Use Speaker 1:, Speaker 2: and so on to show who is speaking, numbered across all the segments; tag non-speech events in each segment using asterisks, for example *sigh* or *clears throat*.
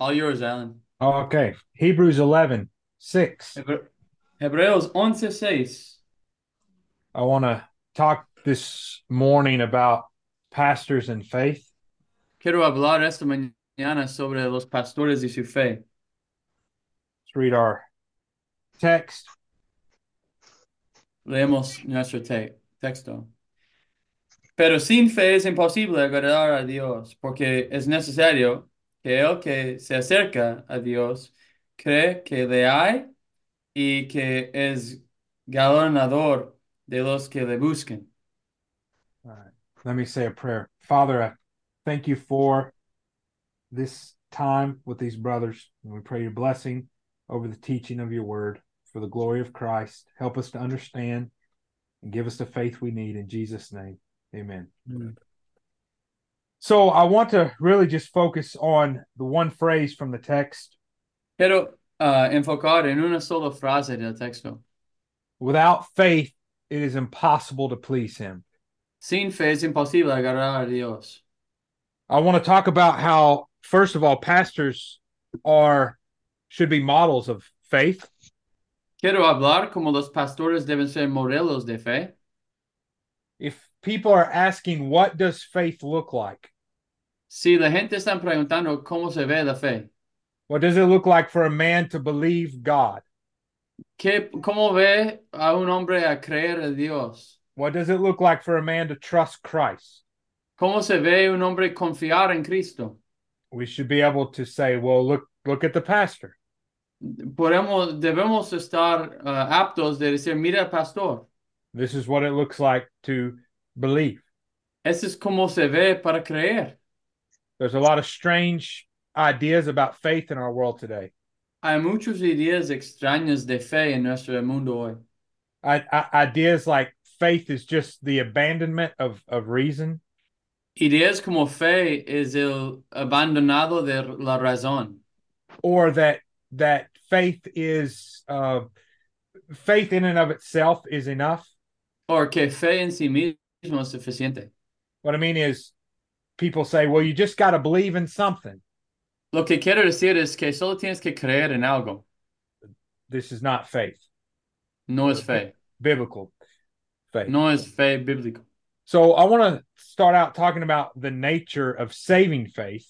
Speaker 1: All yours, Alan.
Speaker 2: Okay. Hebrews 11, 6.
Speaker 1: Hebre- Hebreos 11:6.
Speaker 2: I want to talk this morning about pastors and faith.
Speaker 1: Quiero hablar esta mañana sobre los pastores y su fe.
Speaker 2: Let's read our text.
Speaker 1: Leemos nuestro te- texto. Pero sin fe es imposible agradar a Dios, porque es necesario que el que se acerca a Dios cree que le hay y que es galardonador de los que le busquen.
Speaker 2: Let me say a prayer. Father, I thank you for this time with these brothers. And we pray your blessing over the teaching of your word for the glory of Christ. Help us to understand and give us the faith we need in Jesus' name. Amen. So I want to really just focus on the one phrase from the text
Speaker 1: Quiero ah, enfocar en una sola frase del texto.
Speaker 2: without faith, it is impossible to please him.
Speaker 1: Sin fe es imposible agradar a Dios.
Speaker 2: I want to talk about how, first of all, pastors are should be models of faith.
Speaker 1: Quiero hablar como los pastores deben ser modelos de fe.
Speaker 2: If people are asking, what does faith look like?
Speaker 1: Si la gente está preguntando cómo se ve la fe,
Speaker 2: What does it look like for a man to believe God?
Speaker 1: ¿qué, cómo ve a un hombre a creer en Dios?
Speaker 2: What does it look like for a man to trust Christ?
Speaker 1: ¿Cómo se ve un hombre confiar en Cristo?
Speaker 2: We should be able to say, well, look, look at the pastor.
Speaker 1: Podemos, debemos estar ah, aptos de decir, mira, pastor,
Speaker 2: This is what it looks like to believe.
Speaker 1: eso es cómo se ve para creer.
Speaker 2: There's a lot of strange ideas about faith in our world today.
Speaker 1: Hay muchas ideas extrañas de fe en nuestro mundo hoy.
Speaker 2: I, I, ideas like faith is just the abandonment of, of reason.
Speaker 1: Ideas como fe es el abandonado de la razón.
Speaker 2: or that that faith is uh, faith in and of itself is enough.
Speaker 1: o que fe en sí mismo es suficiente.
Speaker 2: What I mean is, people say, "Well, you just got to believe in something."
Speaker 1: Lo que quiero decir es que solo tienes que creer en algo,
Speaker 2: This is not faith,
Speaker 1: no es fe,
Speaker 2: biblical faith.
Speaker 1: no es fe bíblico.
Speaker 2: So I want to start out talking about the nature of saving faith,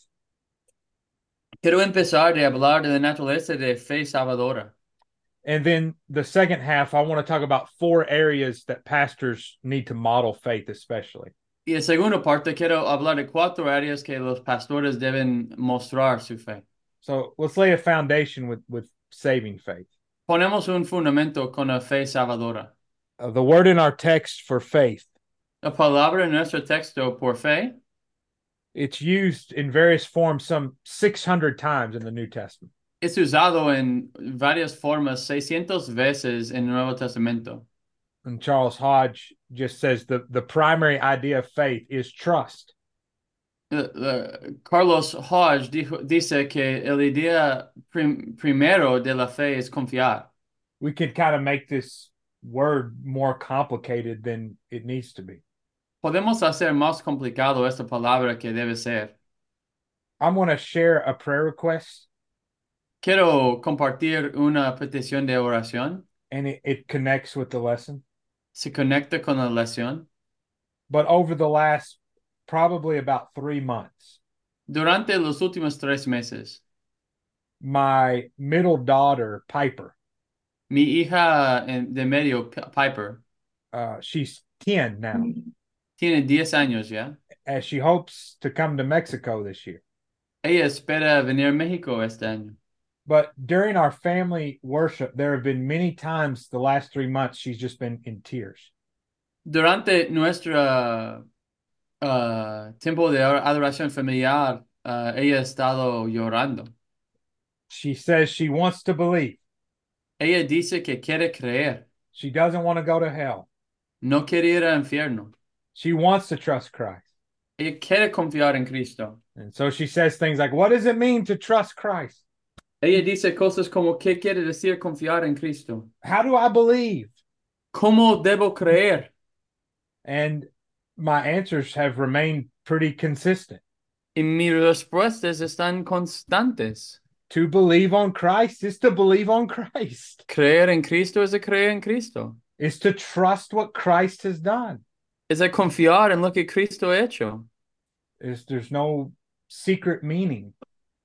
Speaker 1: Quiero empezar de hablar de la naturaleza de fe salvadora.
Speaker 2: and then the second half, I want to talk about four areas that pastors need to model faith, especially.
Speaker 1: Y en segunda parte quiero hablar de cuatro áreas que los pastores deben mostrar su fe.
Speaker 2: So let's lay a foundation with with saving faith.
Speaker 1: Ponemos un fundamento con la fe salvadora.
Speaker 2: Uh, the word in our text for faith
Speaker 1: La palabra en nuestro texto por fe
Speaker 2: it's used in various forms some 600 times in the new testament
Speaker 1: es usado en varias formas 600 veces en el Nuevo Testamento.
Speaker 2: and charles hodge just says the, the primary idea of faith is trust
Speaker 1: Eh, eh, Carlos Hodge dijo- dice que el idea prim- primero de la fe es confiar.
Speaker 2: we could kind of make this word more complicated than it needs to be
Speaker 1: Podemos hacer más complicado esta palabra que debe ser.
Speaker 2: i'm going to share a prayer request
Speaker 1: Quiero compartir una petición de oración.
Speaker 2: and it, it connects with the lesson
Speaker 1: Se conecta con la lesión.
Speaker 2: but over the last probably about three months
Speaker 1: Durante los últimos tres meses,
Speaker 2: my middle daughter piper
Speaker 1: mi hija en- de medio, P- Piper,
Speaker 2: uh, she's 10 now
Speaker 1: tiene 10 años ya.
Speaker 2: as she hopes to come to mexico this year
Speaker 1: Ella espera venir a México este año.
Speaker 2: But during our family worship, there have been many times the last three months she's just been in tears.
Speaker 1: Durante nuestra ah, tiempo de ad- adoración familiar, ah, ella ha estado llorando.
Speaker 2: She says she wants to believe.
Speaker 1: Ella dice que quiere creer,
Speaker 2: She doesn't want to go to hell.
Speaker 1: no quiere ir al infierno.
Speaker 2: She wants to trust Christ.
Speaker 1: Ella quiere confiar en Cristo.
Speaker 2: And so she says things like, What does it mean to trust Christ?
Speaker 1: Ella dice cosas como, ¿qué quiere decir confiar en Cristo?
Speaker 2: How do I believe?
Speaker 1: ¿Cómo debo creer?
Speaker 2: And my answers have remained pretty consistent.
Speaker 1: y mis respuestas están constantes.
Speaker 2: To believe on Christ is to believe on Christ.
Speaker 1: Creer en Cristo es de creer en Cristo.
Speaker 2: It's to trust what Christ has done.
Speaker 1: Es de confiar en lo que Cristo ha hecho.
Speaker 2: Is there's no secret meaning.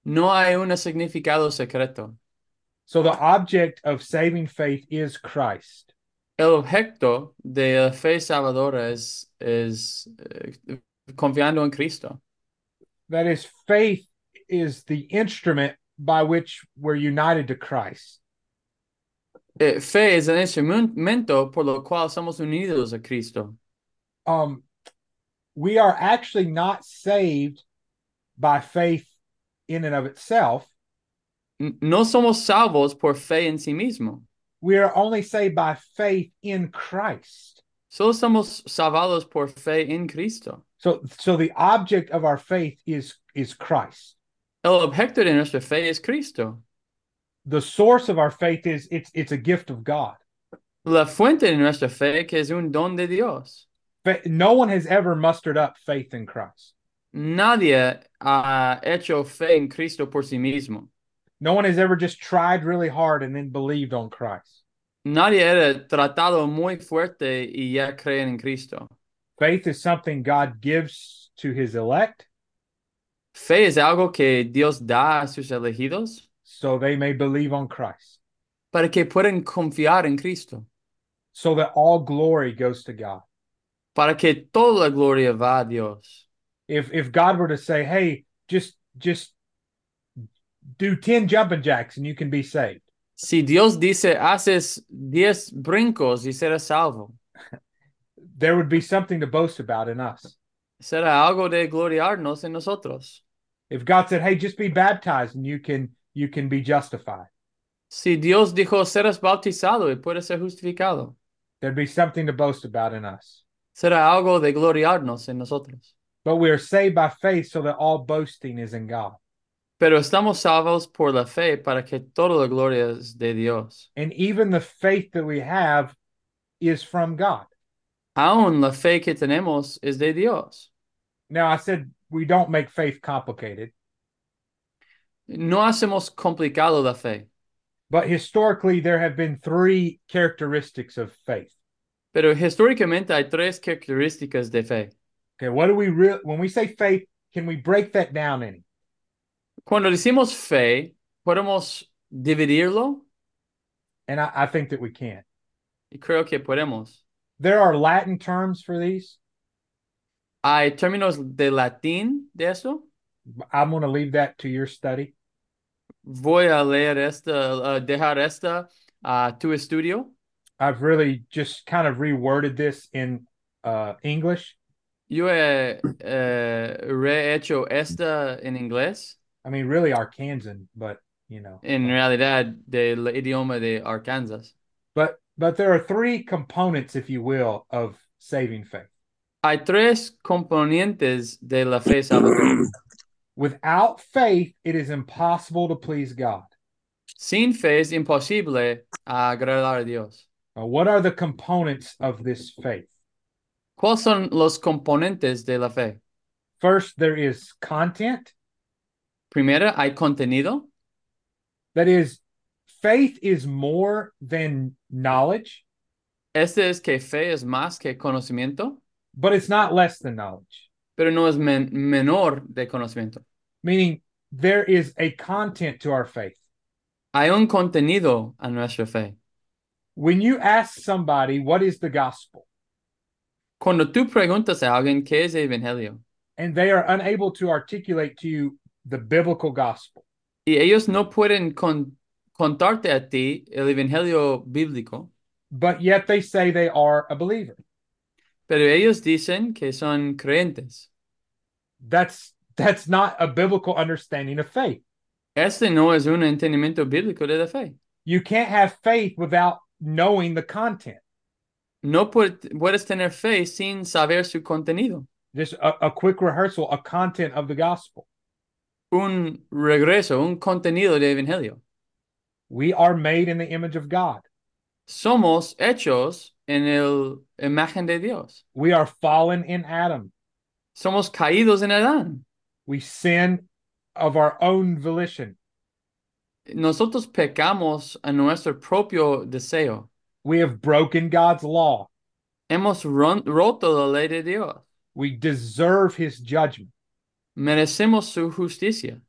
Speaker 1: No hay un significado secreto.
Speaker 2: So the object of saving faith is Christ.
Speaker 1: El objeto de la fe salvadora es, es eh, confiando en Cristo.
Speaker 2: That is, faith is the instrument by which we're united to Christ.
Speaker 1: Eh, fe es el instrumento por lo cual somos unidos a Cristo.
Speaker 2: Um, we are actually not saved by faith in and of itself.
Speaker 1: N- No somos salvos por fe en sí mismo.
Speaker 2: We are only saved by faith in Christ.
Speaker 1: Solo somos salvados por fe en Cristo.
Speaker 2: So, so the object of our faith is is Christ.
Speaker 1: El objeto de nuestra fe es Cristo.
Speaker 2: The source of our faith is it's it's a gift of God.
Speaker 1: La fuente de nuestra fe que es un don de Dios.
Speaker 2: Fa- No one has ever mustered up faith in Christ.
Speaker 1: Nadie ha hecho fe en Cristo por sí mismo.
Speaker 2: No one has ever just tried really hard and then believed on Christ.
Speaker 1: Nadie ha tratado muy fuerte y ya creen en Cristo.
Speaker 2: Faith is something God gives to his elect
Speaker 1: Fe es algo que Dios da a sus elegidos
Speaker 2: so they may believe on Christ.
Speaker 1: para que puedan confiar en Cristo,
Speaker 2: So that all glory goes to God.
Speaker 1: para que toda la gloria va a Dios.
Speaker 2: If if God were to say, "Hey, just just do 10 jumping jacks and you can be saved."
Speaker 1: Si Dios dice, haces diez brincos y serás salvo,
Speaker 2: there would be something to boast about in us.
Speaker 1: será algo de gloriarnos en nosotros.
Speaker 2: If God said, "Hey, just be baptized and you can you can be justified,"
Speaker 1: Si Dios dijo, serás bautizado y puedes ser justificado,
Speaker 2: there'd be something to boast about in us.
Speaker 1: será algo de gloriarnos en nosotros.
Speaker 2: But we are saved by faith, so that all boasting is in God.
Speaker 1: Pero estamos salvos por la fe para que toda la gloria es de Dios.
Speaker 2: And even the faith that we have is from God.
Speaker 1: Aún la fe que tenemos es de Dios.
Speaker 2: Now, I said we don't make faith complicated,
Speaker 1: No hacemos complicado la fe,
Speaker 2: but historically there have been three characteristics of faith.
Speaker 1: pero históricamente hay tres características de fe.
Speaker 2: Okay, what do we re- when we say faith? Can we break that down any?
Speaker 1: Cuando decimos fe, podemos dividirlo
Speaker 2: And I, I think that we can.
Speaker 1: y creo que podemos.
Speaker 2: There are Latin terms for these.
Speaker 1: Hay términos de latín de eso.
Speaker 2: I'm going to leave that to your study.
Speaker 1: Voy a leer esta, uh, dejar esta a tu estudio.
Speaker 2: I've really just kind of reworded this in uh, English.
Speaker 1: Yo he eh, rehecho esta en inglés.
Speaker 2: I mean, really Arkansan, but you know,
Speaker 1: en realidad del idioma de Arkansas.
Speaker 2: but but there are three components, if you will, of saving faith.
Speaker 1: Hay tres componentes de la fe salvadora.
Speaker 2: Without faith, it is impossible to please God.
Speaker 1: Sin fe es imposible agradar a Dios.
Speaker 2: Now, what are the components of this faith?
Speaker 1: ¿Cuáles son los componentes de la fe?
Speaker 2: First, there is content.
Speaker 1: Primero, hay contenido.
Speaker 2: That is, faith is more than knowledge,
Speaker 1: Este es que fe es más que conocimiento,
Speaker 2: but it's not less than knowledge.
Speaker 1: pero no es men- menor de conocimiento.
Speaker 2: Meaning, there is a content to our faith.
Speaker 1: Hay un contenido a nuestra fe.
Speaker 2: when you ask somebody what is the gospel
Speaker 1: Cuando tú preguntas a alguien qué es el evangelio
Speaker 2: and they are unable to articulate to you the biblical gospel
Speaker 1: y ellos no pueden con- contarte a ti el evangelio bíblico,
Speaker 2: but yet they say they are a believer
Speaker 1: Pero ellos dicen que son creyentes.
Speaker 2: that's that's not a biblical understanding of faith
Speaker 1: Este no es un entendimiento bíblico de la fe.
Speaker 2: you can't have faith without knowing the content
Speaker 1: No pu- puedes tener fe sin saber su contenido.
Speaker 2: just a, a quick rehearsal a content of the gospel
Speaker 1: Un regreso, un contenido del evangelio.
Speaker 2: we are made in the image of god
Speaker 1: Somos hechos en el imagen de Dios.
Speaker 2: we are fallen in adam
Speaker 1: Somos caídos en Adán.
Speaker 2: We sin of our own volition.
Speaker 1: Nosotros pecamos a nuestro propio deseo.
Speaker 2: We have broken God's law.
Speaker 1: Hemos ron- roto la ley de Dios.
Speaker 2: We deserve his judgment.
Speaker 1: Merecemos su justicia.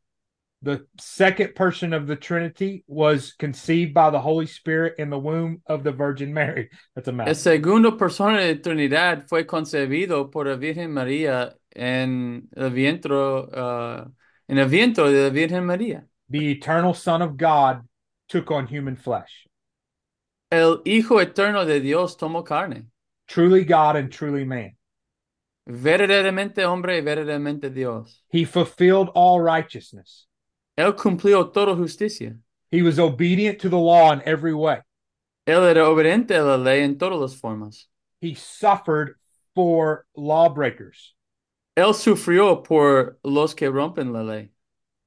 Speaker 2: The second person of the Trinity was conceived by the Holy Spirit in the womb of the Virgin Mary. That's a
Speaker 1: El
Speaker 2: mess.
Speaker 1: segundo persona de Trinidad fue concebido por la Virgen María en el vientre, ah, en el vientre de la Virgen María.
Speaker 2: The eternal Son of God took on human flesh.
Speaker 1: El Hijo Eterno de Dios tomó carne,
Speaker 2: Truly God and truly man.
Speaker 1: verdaderamente hombre y verdaderamente Dios.
Speaker 2: He fulfilled all righteousness.
Speaker 1: Él cumplió toda justicia.
Speaker 2: He was obedient to the law in every way.
Speaker 1: Él era obediente a la ley en todas las formas.
Speaker 2: He suffered for lawbreakers.
Speaker 1: Él sufrió por los que rompen la ley.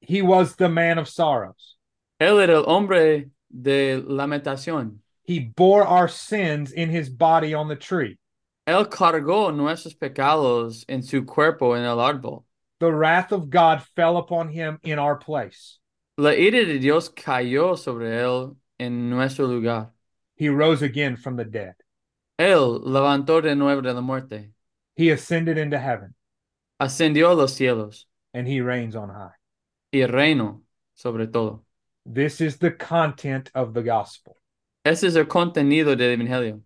Speaker 2: He was the man of sorrows.
Speaker 1: Él era el hombre de lamentación.
Speaker 2: He bore our sins in his body on the tree.
Speaker 1: Él cargó nuestros pecados en su cuerpo en el árbol.
Speaker 2: The wrath of God fell upon him in our place.
Speaker 1: La ira de Dios cayó sobre él en nuestro lugar.
Speaker 2: He rose again from the dead.
Speaker 1: Él levantó de nuevo de la muerte,
Speaker 2: He ascended into heaven
Speaker 1: ascendió a los cielos
Speaker 2: and he reigns on high.
Speaker 1: y reinó sobre todo.
Speaker 2: This is the content of the gospel.
Speaker 1: Ese es el contenido del Evangelio.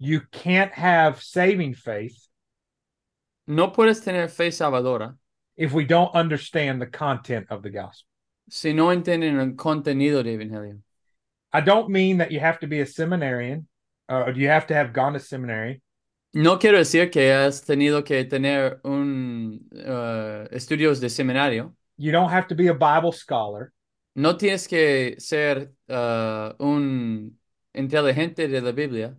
Speaker 2: You can't have saving faith
Speaker 1: No puedes tener fe salvadora
Speaker 2: if we don't understand the content of the gospel.
Speaker 1: si no entienden el contenido del Evangelio.
Speaker 2: I don't mean that you have to be a seminarian uh, or you have to have gone to seminary.
Speaker 1: No quiero decir que has tenido que tener un eh, estudios de seminario.
Speaker 2: You don't have to be a Bible scholar.
Speaker 1: No tienes que ser eh, un inteligente de la Biblia.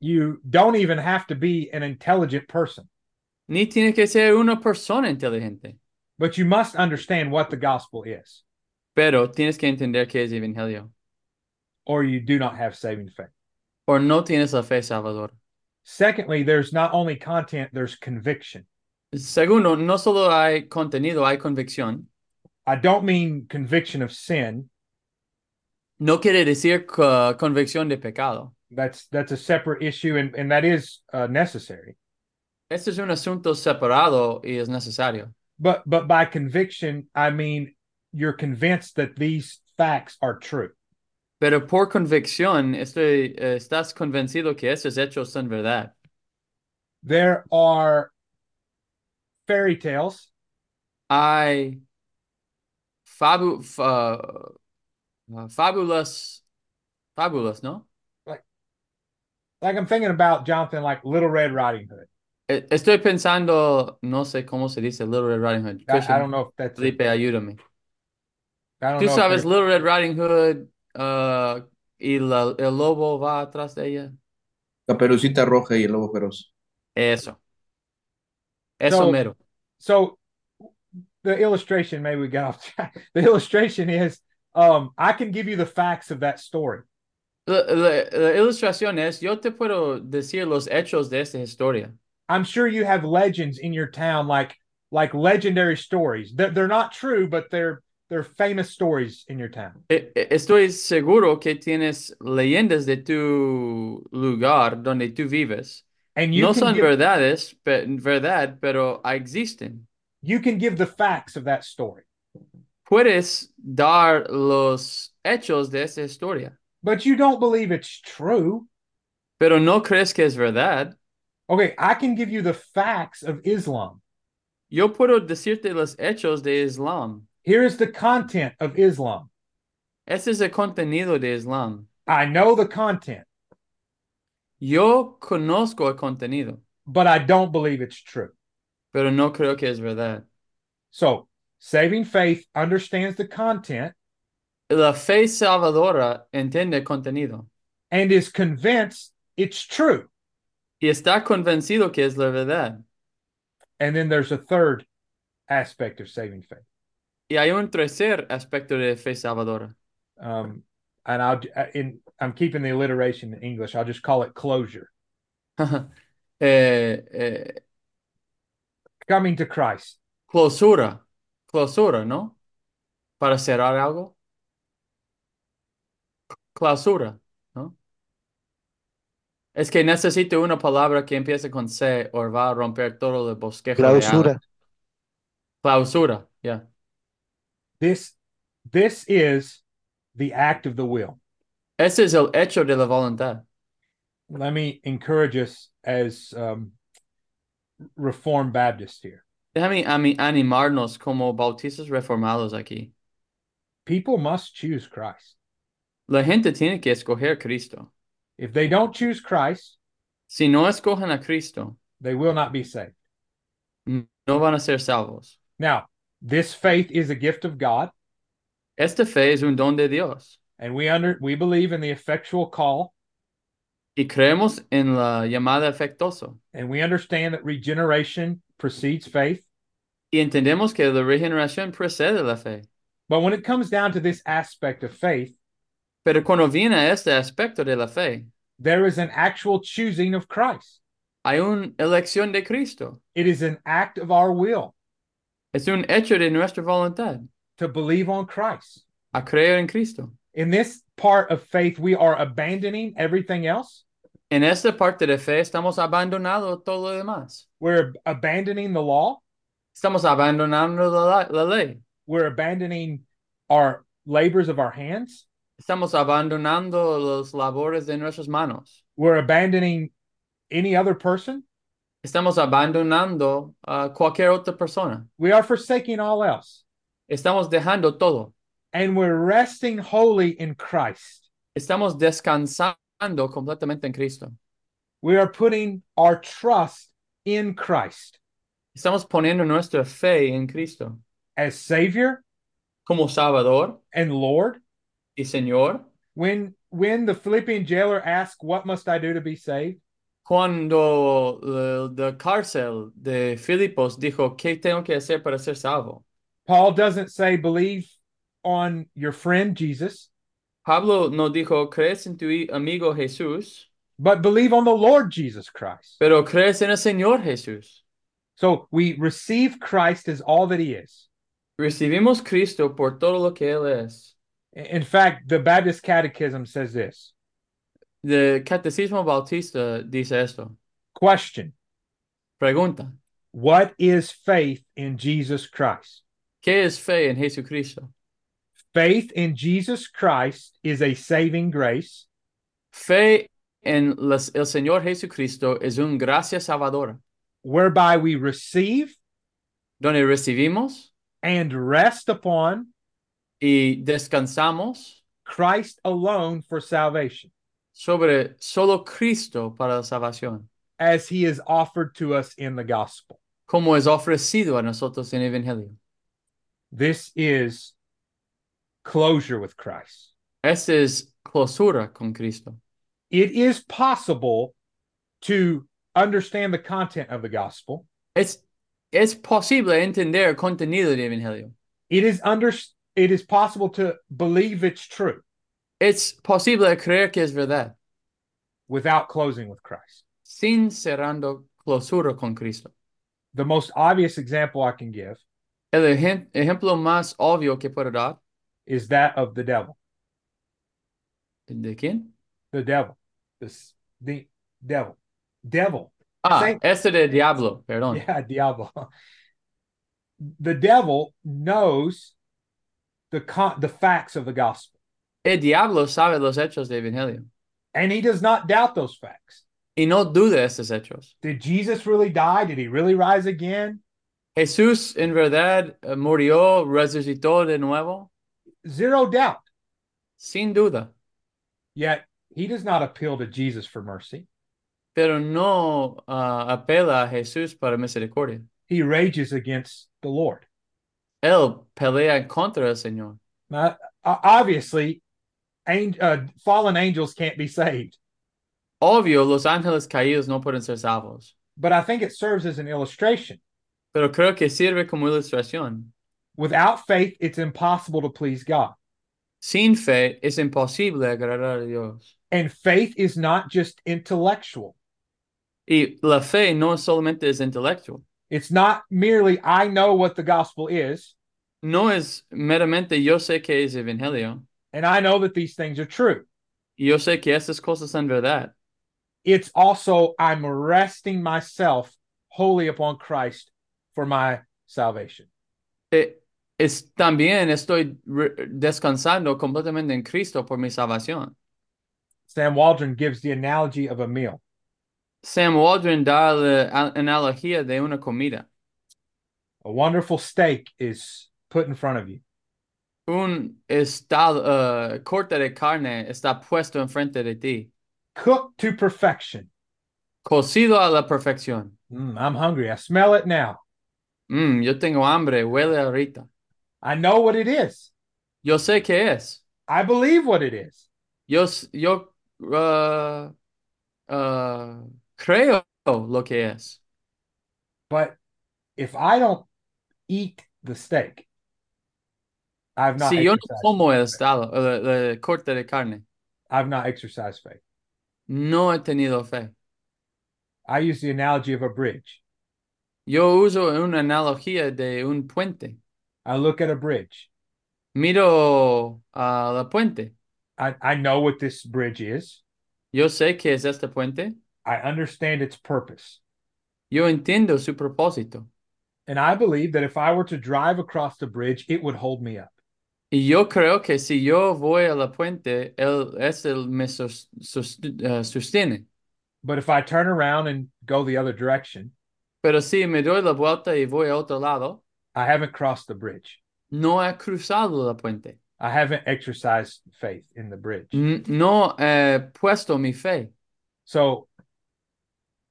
Speaker 2: You don't even have to be an intelligent person,
Speaker 1: Ni tienes que ser una persona inteligente.
Speaker 2: but you must understand what the gospel is,
Speaker 1: Pero tienes que entender qué es evangelio,
Speaker 2: or you do not have saving faith.
Speaker 1: o no tienes la fe salvadora.
Speaker 2: Secondly, there's not only content, there's conviction.
Speaker 1: Segundo, no solo hay contenido, hay convicción.
Speaker 2: I don't mean conviction of sin.
Speaker 1: No quiere decir co- convicción de pecado.
Speaker 2: That's that's a separate issue, and, and that is uh, necessary.
Speaker 1: Este es un asunto separado y es necesario.
Speaker 2: But but by conviction, I mean you're convinced that these facts are true.
Speaker 1: Pero por convicción, estoy, eh, estás convencido que estos hechos son verdad.
Speaker 2: There are fairy tales
Speaker 1: Hay fabu- fa- uh, fábulas, fábulas, ¿no?
Speaker 2: like I'm thinking about Jonathan, like Little Red Riding Hood.
Speaker 1: Eh, Estoy pensando, no sé cómo se dice Little Red Riding Hood.
Speaker 2: I, I don't
Speaker 1: Christian,
Speaker 2: know if that's a,
Speaker 1: Felipe, ayúdame.
Speaker 2: I don't
Speaker 1: Tú
Speaker 2: know. if
Speaker 1: sabes,
Speaker 2: there's-
Speaker 1: Little Red Riding Hood, uh, y la- el lobo va atrás de ella.
Speaker 3: Caperucita Roja y el Lobo Feroz.
Speaker 1: Eso, eso
Speaker 2: So-
Speaker 1: mero.
Speaker 2: so the illustration maybe we got off track. *laughs* The illustration is um I can give you the facts of that story.
Speaker 1: La, la- la ilustración es, yo te puedo decir los hechos de esta historia.
Speaker 2: I'm sure you have legends in your town like like legendary stories. They're, they're not true, but they're they're famous stories in your town.
Speaker 1: E- e- Estoy seguro que tienes leyendas de tu lugar donde tú vives.
Speaker 2: And you
Speaker 1: No
Speaker 2: can
Speaker 1: son
Speaker 2: give
Speaker 1: verdades, pe- verdad, pero existen.
Speaker 2: you can give the facts of that story,
Speaker 1: Puedes dar los hechos de esta historia,
Speaker 2: but you don't believe it's true.
Speaker 1: pero no crees que es verdad.
Speaker 2: Okay, I can give you the facts of Islam.
Speaker 1: Yo puedo decirte los hechos de Islam.
Speaker 2: Here is the content of Islam.
Speaker 1: Ese es el contenido de Islam.
Speaker 2: I know the content,
Speaker 1: Yo conozco el contenido,
Speaker 2: but I don't believe it's true.
Speaker 1: pero no creo que es verdad.
Speaker 2: So, saving faith understands the content
Speaker 1: La fe salvadora entiende el contenido
Speaker 2: and is convinced it's true.
Speaker 1: y está convencido que es la verdad.
Speaker 2: And then there's a third aspect of saving faith.
Speaker 1: Y hay un tercer aspecto de fe salvadora. *laughs*
Speaker 2: Um, and I'll in I'm keeping the alliteration in English. I'll just call it closure.
Speaker 1: Eh, eh,
Speaker 2: Coming to Christ.
Speaker 1: clausura. clausura, ¿no? Para cerrar algo. Clausura, ¿no? Es que necesito una palabra que empiece con C o va a romper todo el bosquejo de
Speaker 4: Clausura.
Speaker 1: Alan. Clausura, ya.
Speaker 2: This this is the act of the will.
Speaker 1: Ese es el hecho de la voluntad.
Speaker 2: Let me encourage us as um, Reformed Baptists here.
Speaker 1: Déjame ami- animarnos como bautistas reformados aquí.
Speaker 2: People must choose Christ.
Speaker 1: La gente tiene que escoger a Cristo.
Speaker 2: If they don't choose Christ,
Speaker 1: Si no escogen a Cristo,
Speaker 2: they will not be saved.
Speaker 1: no van a ser salvos.
Speaker 2: Now, this faith is a gift of God,
Speaker 1: Esta fe es un don de Dios
Speaker 2: and we under we believe in the effectual call,
Speaker 1: y creemos en la llamada afectuoso
Speaker 2: and we understand that regeneration precedes faith.
Speaker 1: y entendemos que la regeneración precede la fe.
Speaker 2: But when it comes down to this aspect of faith,
Speaker 1: Pero cuando viene a este aspecto de la fe,
Speaker 2: there is an actual choosing of Christ.
Speaker 1: hay una elección de Cristo.
Speaker 2: It is an act of our will
Speaker 1: Es un hecho de nuestra voluntad
Speaker 2: to believe on Christ.
Speaker 1: a creer en Cristo.
Speaker 2: In this part of faith, we are abandoning everything else.
Speaker 1: En esta parte de fe estamos abandonando todo lo demás.
Speaker 2: We're abandoning the law.
Speaker 1: Estamos abandonando la, la ley.
Speaker 2: We're abandoning our labors of our hands.
Speaker 1: Estamos abandonando los labores de nuestras manos.
Speaker 2: We're abandoning any other person.
Speaker 1: Estamos abandonando a cualquier otra persona.
Speaker 2: We are forsaking all else.
Speaker 1: Estamos dejando todo.
Speaker 2: And we're resting wholly in Christ.
Speaker 1: Estamos descansando completamente en Cristo.
Speaker 2: We are putting our trust in Christ
Speaker 1: Estamos poniendo nuestra fe en Cristo
Speaker 2: as Savior
Speaker 1: como Salvador
Speaker 2: and Lord.
Speaker 1: y Señor.
Speaker 2: When when the Philippian jailer asked, What must I do to be saved?
Speaker 1: Cuando el de cárcel de Filipos dijo, ¿qué tengo que hacer para ser salvo?
Speaker 2: Paul doesn't say believe on your friend Jesus,
Speaker 1: Pablo no dijo, crees en tu amigo Jesús,
Speaker 2: but believe on the Lord Jesus Christ.
Speaker 1: pero crees en el Señor Jesús.
Speaker 2: So we receive Christ as all that he is.
Speaker 1: Recibimos Cristo por todo lo que Él es.
Speaker 2: In in fact, the Baptist Catechism says this
Speaker 1: El Catecismo Bautista dice esto.
Speaker 2: question
Speaker 1: Pregunta,
Speaker 2: What is faith in Jesus Christ?
Speaker 1: ¿qué es fe en Jesucristo?
Speaker 2: Faith in Jesus Christ is a saving grace
Speaker 1: Fe en las- el Señor Jesucristo es una gracia salvadora,
Speaker 2: whereby we receive
Speaker 1: donde recibimos
Speaker 2: and rest upon
Speaker 1: y descansamos
Speaker 2: Christ alone for salvation,
Speaker 1: sobre solo Cristo para la salvación,
Speaker 2: as he is offered to us in the gospel.
Speaker 1: como es ofrecido a nosotros en el Evangelio.
Speaker 2: This is closure with Christ.
Speaker 1: Esta es clausura con Cristo.
Speaker 2: It is possible to understand the content of the gospel.
Speaker 1: Es, es posible entender el contenido del Evangelio.
Speaker 2: It is under it is possible to believe it's true
Speaker 1: Es posible creer que es verdad
Speaker 2: without closing with Christ.
Speaker 1: sin cerrando clausura con Cristo.
Speaker 2: The most obvious example I can give
Speaker 1: El ejem- ejemplo más obvio que puedo dar,
Speaker 2: is that of the devil.
Speaker 1: ¿de quién?
Speaker 2: The devil. This the devil. Devil.
Speaker 1: Ah,
Speaker 2: Saint-
Speaker 1: este de Diablo, perdón.
Speaker 2: Yeah, diablo. The devil knows the con- the facts of the gospel,
Speaker 1: El Diablo sabe los hechos del Evangelio
Speaker 2: and he does not doubt those facts.
Speaker 1: y no duda de estos hechos.
Speaker 2: Did Jesus really die? Did he really rise again?
Speaker 1: Jesús en verdad eh, murió, resucitó de nuevo,
Speaker 2: Zero doubt.
Speaker 1: sin duda,
Speaker 2: Yet he does not appeal to Jesus for mercy.
Speaker 1: pero no ah, apela a Jesús para misericordia.
Speaker 2: He rages against the Lord.
Speaker 1: Él pelea contra el Señor.
Speaker 2: Now, o- obviously, ang- uh, fallen angels can't be saved,
Speaker 1: Obvio, los ángeles caídos no pueden ser salvos,
Speaker 2: but I think it serves as an illustration.
Speaker 1: pero creo que sirve como ilustración.
Speaker 2: Without faith, it's impossible to please God.
Speaker 1: Sin fe es imposible agradar a Dios.
Speaker 2: And faith is not just intellectual.
Speaker 1: Y la fe no solamente es intelectual.
Speaker 2: It's not merely I know what the gospel is,
Speaker 1: no es meramente yo sé que es evangelio,
Speaker 2: and I know that these things are true.
Speaker 1: y yo sé que estas cosas son verdad.
Speaker 2: It's also I'm resting myself wholly upon Christ for my salvation.
Speaker 1: Eh, es, también estoy re- descansando completamente en Cristo por mi salvación.
Speaker 2: Sam Waldron gives the analogy of a meal.
Speaker 1: Sam Waldron da la a- analogía de una comida.
Speaker 2: A wonderful steak is put in front of you.
Speaker 1: Un estado, eh, corte de carne está puesto enfrente de ti,
Speaker 2: cooked to perfection.
Speaker 1: cocido a la perfección.
Speaker 2: Mm, I'm hungry. I smell it now.
Speaker 1: Mm, yo tengo hambre, huele ahorita.
Speaker 2: I know what it is.
Speaker 1: Yo sé qué es.
Speaker 2: I believe what it is.
Speaker 1: Yo, s- yo ah, ah, creo lo que es.
Speaker 2: But if I don't eat the steak, I've not
Speaker 1: Si yo no
Speaker 2: exercised
Speaker 1: como el estado, el, el corte de carne,
Speaker 2: I've not exercised faith.
Speaker 1: no he tenido fe.
Speaker 2: I use the analogy of a bridge.
Speaker 1: Yo uso una analogía de un puente.
Speaker 2: I look at a bridge.
Speaker 1: Miro a la puente.
Speaker 2: I, I know what this bridge is.
Speaker 1: Yo sé que es este puente.
Speaker 2: I understand its purpose.
Speaker 1: Yo entiendo su propósito.
Speaker 2: And I believe that if I were to drive across the bridge, it would hold me up.
Speaker 1: Y yo creo que si yo voy a la puente, él, este me sos- sos- eh, sostiene.
Speaker 2: But if I turn around and go the other direction,
Speaker 1: Pero si me doy la vuelta y voy a otro lado,
Speaker 2: I haven't crossed the bridge.
Speaker 1: no he cruzado la puente.
Speaker 2: I haven't exercised faith in the bridge.
Speaker 1: N- No he puesto mi fe.
Speaker 2: So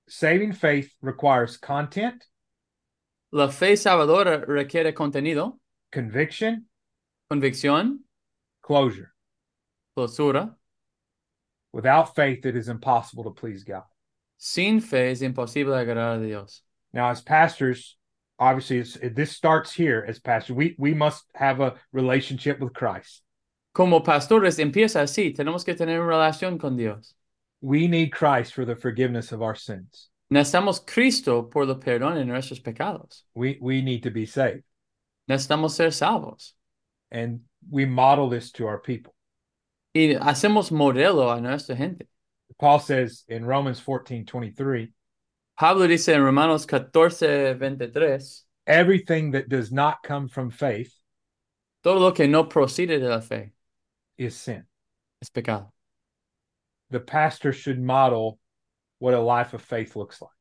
Speaker 2: saving faith requires content,
Speaker 1: La fe salvadora requiere contenido,
Speaker 2: conviction,
Speaker 1: convicción,
Speaker 2: closure.
Speaker 1: clausura.
Speaker 2: Without faith, it is impossible to please God.
Speaker 1: Sin fe es imposible agradar a Dios.
Speaker 2: Now, as pastors, obviously, it's, this starts here as pastors. We we must have a relationship with Christ.
Speaker 1: Como pastores empieza así, tenemos que tener una relación con Dios.
Speaker 2: We need Christ for the forgiveness of our sins.
Speaker 1: Necesitamos Cristo por el perdón de nuestros pecados.
Speaker 2: We we need to be saved,
Speaker 1: Necesitamos ser salvos.
Speaker 2: and we model this to our people.
Speaker 1: Y hacemos modelo a nuestra gente.
Speaker 2: Paul says in Romans 14, 23,
Speaker 1: Pablo dice en Romanos 14, 23,
Speaker 2: everything that does not come from faith
Speaker 1: todo lo que no procede de la fe
Speaker 2: is sin.
Speaker 1: es pecado.
Speaker 2: the pastor should model what a life of faith looks like.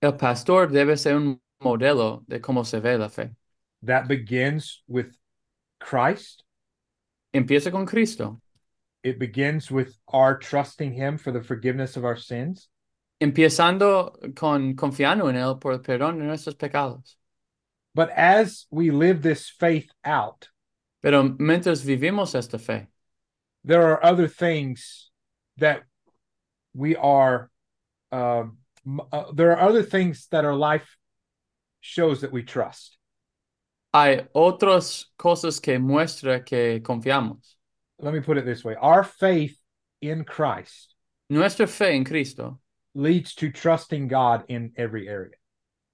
Speaker 1: El pastor debe ser un modelo de cómo se ve la fe.
Speaker 2: That begins with Christ.
Speaker 1: Empieza con Cristo.
Speaker 2: It begins with our trusting him for the forgiveness of our sins.
Speaker 1: Empezando con confiando en Él por el perdón de nuestros pecados.
Speaker 2: But as we live this faith out,
Speaker 1: Pero mientras vivimos esta fe,
Speaker 2: there are other things that we are, um, m- uh, there are other things that our life shows that we trust.
Speaker 1: hay otras cosas que muestra que confiamos.
Speaker 2: Let me put it this way our faith in Christ
Speaker 1: Nuestra fe en Cristo
Speaker 2: leads to trusting God in every area.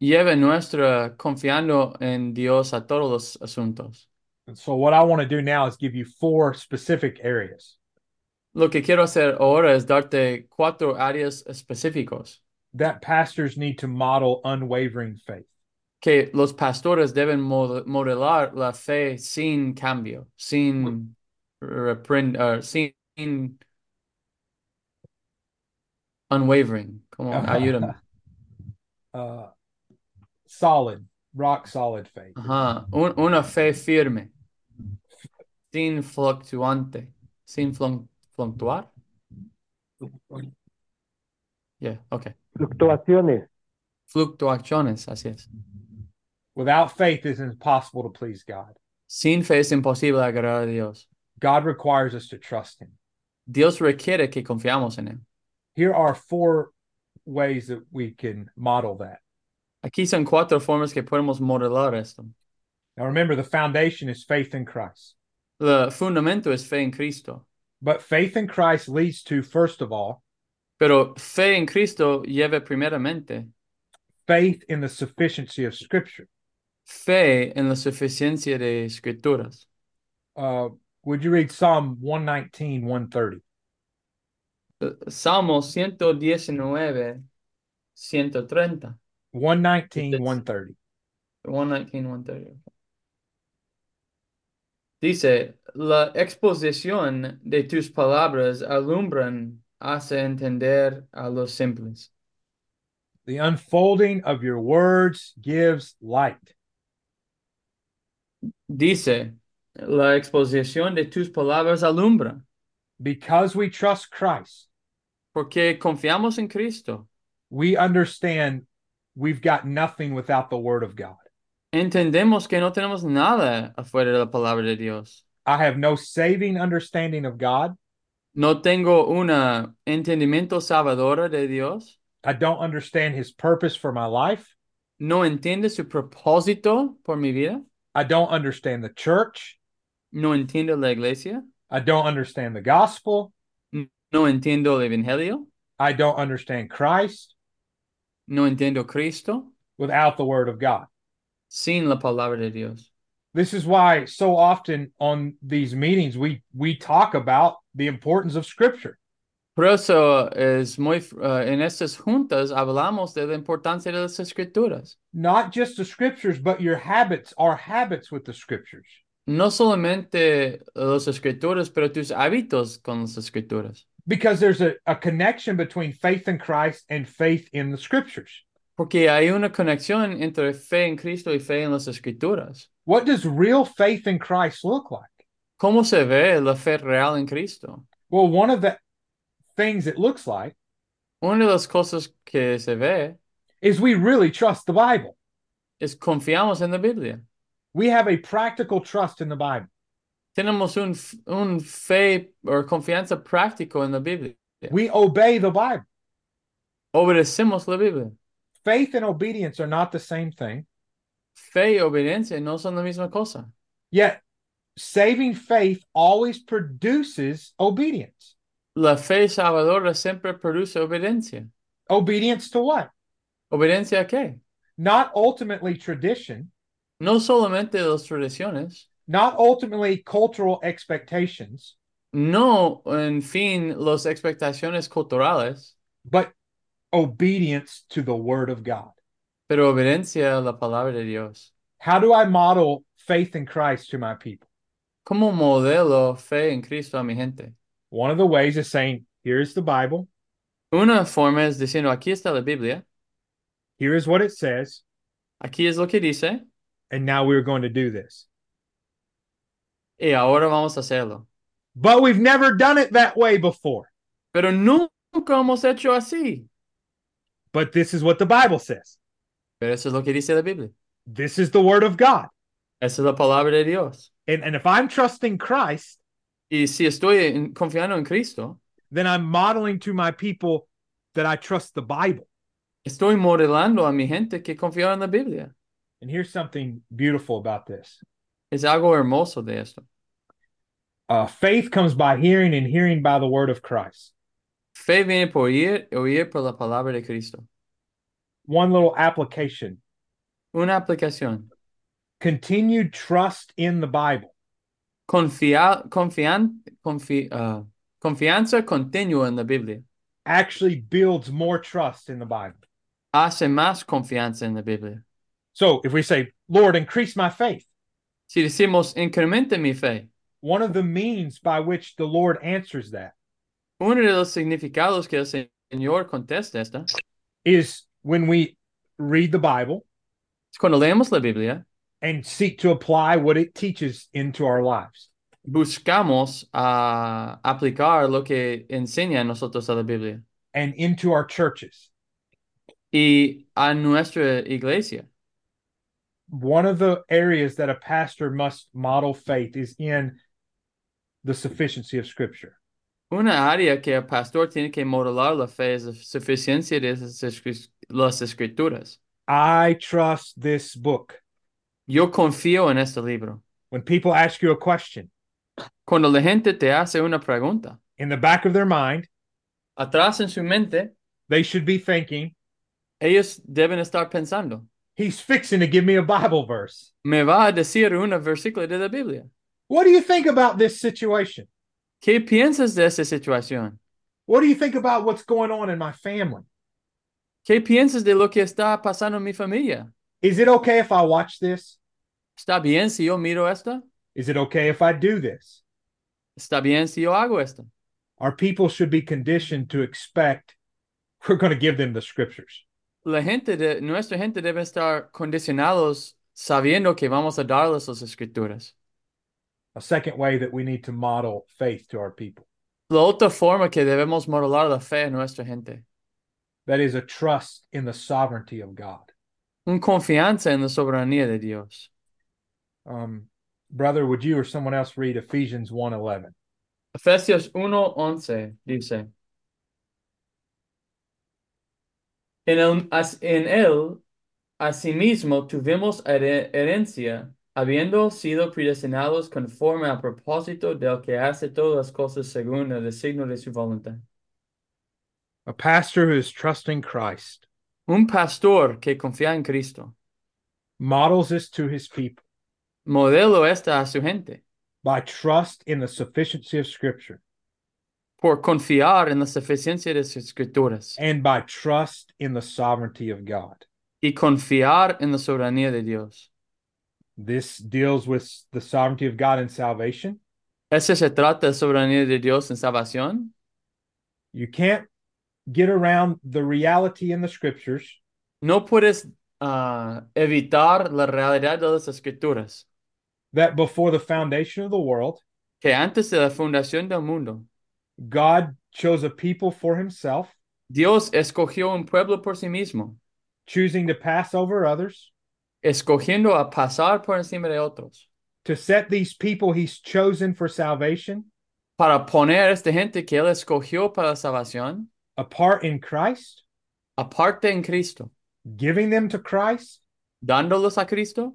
Speaker 1: lleva nuestra confiando en Dios a todos los asuntos.
Speaker 2: And so what I want to do now is give you four specific areas
Speaker 1: Lo que quiero hacer ahora es darte cuatro áreas específicos
Speaker 2: that pastors need to model unwavering faith.
Speaker 1: que los pastores deben mod- modelar la fe sin cambio, sin reprend, eh, sin unwavering. Como, ayúdame.
Speaker 2: Uh, solid, rock solid faith.
Speaker 1: Ajá. Un- una fe firme, sin fluctuante, sin flun- fluctuar. Yeah, okay.
Speaker 4: Fluctuaciones.
Speaker 1: Fluctuaciones, así es.
Speaker 2: Without faith, it's impossible to please God.
Speaker 1: Sin fe es imposible agradar a Dios.
Speaker 2: God requires us to trust Him.
Speaker 1: Dios requiere que confiamos en Él.
Speaker 2: Here are four ways that we can model that.
Speaker 1: Aquí son cuatro formas que podemos modelar esto.
Speaker 2: Now, remember, the foundation is faith in Christ.
Speaker 1: El fundamento es fe en Cristo,
Speaker 2: But faith in Christ leads to, first of all,
Speaker 1: pero fe en Cristo lleva primeramente
Speaker 2: faith in the sufficiency of Scripture.
Speaker 1: fe en la suficiencia de escrituras.
Speaker 2: Uh, would you read Psalm 119, 130?
Speaker 1: Eh, Salmo 119, 130.
Speaker 2: 119,
Speaker 1: Yes.
Speaker 2: 130.
Speaker 1: 119, 130. Dice, la exposición de tus palabras alumbran, hace entender a los simples.
Speaker 2: The unfolding of your words gives light.
Speaker 1: Dice, la exposición de tus palabras alumbra,
Speaker 2: Because we trust Christ,
Speaker 1: porque confiamos en Cristo.
Speaker 2: we understand we've got nothing without the Word of God.
Speaker 1: Entendemos que no tenemos nada afuera de la palabra de Dios.
Speaker 2: I have no saving understanding of God.
Speaker 1: No tengo un entendimiento salvador de Dios.
Speaker 2: I don't understand His purpose for my life.
Speaker 1: No entiendo su propósito por mi vida.
Speaker 2: I don't understand the church.
Speaker 1: No entiendo la iglesia.
Speaker 2: I don't understand the gospel.
Speaker 1: No entiendo el evangelio.
Speaker 2: I don't understand Christ
Speaker 1: No entiendo Cristo
Speaker 2: without the Word of God.
Speaker 1: sin la palabra de Dios.
Speaker 2: This is why so often on these meetings we we talk about the importance of Scripture.
Speaker 1: Por eso es muy, eh, en estas juntas hablamos de la importancia de las escrituras.
Speaker 2: Not just the Scriptures, but your habits, our habits with the Scriptures.
Speaker 1: No solamente las escrituras, pero tus hábitos con las escrituras.
Speaker 2: Because there's a, a connection between faith in Christ and faith in the Scriptures.
Speaker 1: Porque hay una conexión entre fe en Cristo y fe en las escrituras.
Speaker 2: What does real faith in Christ look like?
Speaker 1: ¿Cómo se ve la fe real en Cristo?
Speaker 2: Well, one of the things it looks like
Speaker 1: Una de las cosas que se ve
Speaker 2: is we really trust the Bible.
Speaker 1: es confiamos en la Biblia.
Speaker 2: We have a practical trust in the Bible.
Speaker 1: Tenemos un, f- un fe o confianza práctico en la Biblia.
Speaker 2: We obey the Bible.
Speaker 1: Obedecemos la Biblia.
Speaker 2: Faith and obedience are not the same thing.
Speaker 1: Fe y obediencia no son la misma cosa.
Speaker 2: Yet, saving faith always produces obedience.
Speaker 1: La fe salvadora siempre produce obediencia.
Speaker 2: Obedience to what?
Speaker 1: ¿Obediencia a qué?
Speaker 2: Not ultimately tradition,
Speaker 1: No solamente las tradiciones,
Speaker 2: not ultimately cultural expectations,
Speaker 1: no, en fin, las expectaciones culturales,
Speaker 2: but obedience to the Word of God.
Speaker 1: pero obediencia a la palabra de Dios.
Speaker 2: How do I model faith in Christ to my people?
Speaker 1: Como modelo fe en Cristo a mi gente.
Speaker 2: One of the ways is saying, here's the Bible,
Speaker 1: Una forma es diciendo, aquí está la Biblia,
Speaker 2: here is what it says,
Speaker 1: aquí es lo que dice,
Speaker 2: and now we're going to do this.
Speaker 1: y ahora vamos a hacerlo.
Speaker 2: But we've never done it that way before.
Speaker 1: Pero nunca hemos hecho así.
Speaker 2: But this is what the Bible says.
Speaker 1: Pero eso es lo que dice la Biblia.
Speaker 2: This is the Word of God.
Speaker 1: Esa es la palabra de Dios.
Speaker 2: And, and if I'm trusting Christ,
Speaker 1: Y si estoy en- confiando en Cristo,
Speaker 2: then I'm modeling to my people that I trust the Bible.
Speaker 1: estoy modelando a mi gente que confía en la Biblia.
Speaker 2: And here's something beautiful about this
Speaker 1: Es algo hermoso de esto.
Speaker 2: uh, faith comes by hearing, and hearing by the Word of Christ.
Speaker 1: Fe viene por oír, oír por la palabra de Cristo.
Speaker 2: One little application
Speaker 1: Una aplicación.
Speaker 2: continued trust in the Bible
Speaker 1: Confia, confian, confi- ah, confianza continua en la Biblia.
Speaker 2: actually builds more trust in the Bible.
Speaker 1: Hace más confianza en la Biblia.
Speaker 2: So if we say, Lord, increase my faith,
Speaker 1: Si decimos, incremente mi fe,
Speaker 2: one of the means by which the Lord answers that
Speaker 1: uno de los significados que el Señor contesta esta
Speaker 2: is when we read the Bible
Speaker 1: es cuando leemos la Biblia,
Speaker 2: and seek to apply what it teaches into our lives.
Speaker 1: buscamos ah, aplicar lo que enseña a nosotros a la Biblia.
Speaker 2: and into our churches.
Speaker 1: y a nuestra iglesia.
Speaker 2: One of the areas that a pastor must model faith is in the sufficiency of Scripture.
Speaker 1: Una área que el pastor tiene que modelar la fe es la suficiencia de esas escri- las escrituras.
Speaker 2: I trust this book.
Speaker 1: Yo confío en este libro.
Speaker 2: When people ask you a question,
Speaker 1: Cuando la gente te hace una pregunta,
Speaker 2: in the back of their mind,
Speaker 1: atrás en su mente,
Speaker 2: they should be thinking,
Speaker 1: ellos deben estar pensando,
Speaker 2: He's fixing to give me a Bible verse.
Speaker 1: Me va a decir un versículo de la Biblia.
Speaker 2: What do you think about this situation?
Speaker 1: ¿Qué piensas de esta situación?
Speaker 2: What do you think about what's going on in my family?
Speaker 1: ¿Qué piensas de lo que está pasando en mi familia?
Speaker 2: Is it okay if I watch this?
Speaker 1: ¿Está bien si yo miro esto?
Speaker 2: Is it okay if I do this?
Speaker 1: ¿Está bien si yo hago esto?
Speaker 2: Our people should be conditioned to expect *laughs* we're going to give them the scriptures.
Speaker 1: La gente de, nuestra gente debe estar condicionados sabiendo que vamos a darles las escrituras.
Speaker 2: A second way that we need to model faith to our people
Speaker 1: La otra forma que debemos modelar la fe a nuestra gente,
Speaker 2: that is a trust in the sovereignty of God.
Speaker 1: un confianza en la soberanía de Dios.
Speaker 2: Um, brother, would you or someone else read Ephesians 1:11?
Speaker 1: Efesios 1:11 dice, en el- as- en él, asimismo, tuvimos here- herencia, habiendo sido predestinados conforme al propósito del que hace todas las cosas según el designio de su voluntad.
Speaker 2: A pastor who is trusting Christ
Speaker 1: Un pastor que confía en Cristo,
Speaker 2: models this to his people
Speaker 1: modelo esta a su gente,
Speaker 2: by trust in the sufficiency of scripture
Speaker 1: por confiar en la suficiencia de sus escrituras
Speaker 2: and by trust in the sovereignty of God.
Speaker 1: y confiar en la soberanía de Dios.
Speaker 2: This deals with the sovereignty of God in salvation.
Speaker 1: ¿Eso se trata de soberanía de Dios en salvación?
Speaker 2: You can't get around the reality in the scriptures
Speaker 1: No puedes ah, evitar la realidad de las escrituras,
Speaker 2: that before the foundation of the world,
Speaker 1: que antes de la fundación del mundo,
Speaker 2: God chose a people for himself,
Speaker 1: Dios escogió un pueblo por sí mismo,
Speaker 2: choosing to pass over others,
Speaker 1: escogiendo a pasar por encima de otros,
Speaker 2: to set these people he's chosen for salvation
Speaker 1: para poner a esta gente que Él escogió para la salvación
Speaker 2: apart in Christ,
Speaker 1: aparte en Cristo,
Speaker 2: giving them to Christ,
Speaker 1: dándolos a Cristo,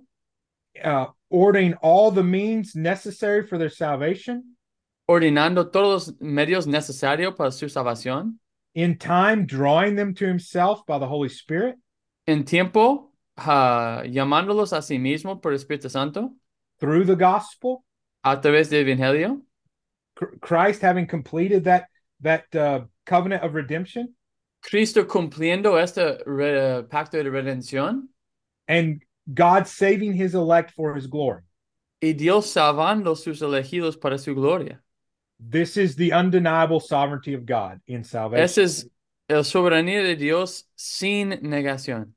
Speaker 2: uh, ordering all the means necessary for their salvation
Speaker 1: ordenando todos los medios necesarios para su salvación,
Speaker 2: in time, drawing them to himself by the Holy Spirit,
Speaker 1: en tiempo, ah, llamándolos a sí mismo por el Espíritu Santo,
Speaker 2: through the gospel.
Speaker 1: a través del Evangelio.
Speaker 2: Cr- Christ having completed that that uh, covenant of redemption
Speaker 1: Cristo cumpliendo este re- pacto de redención
Speaker 2: and God saving his elect for his glory.
Speaker 1: y Dios salvando sus elegidos para su gloria.
Speaker 2: This is the undeniable sovereignty of God in salvation.
Speaker 1: Esa es la soberanía de Dios sin negación.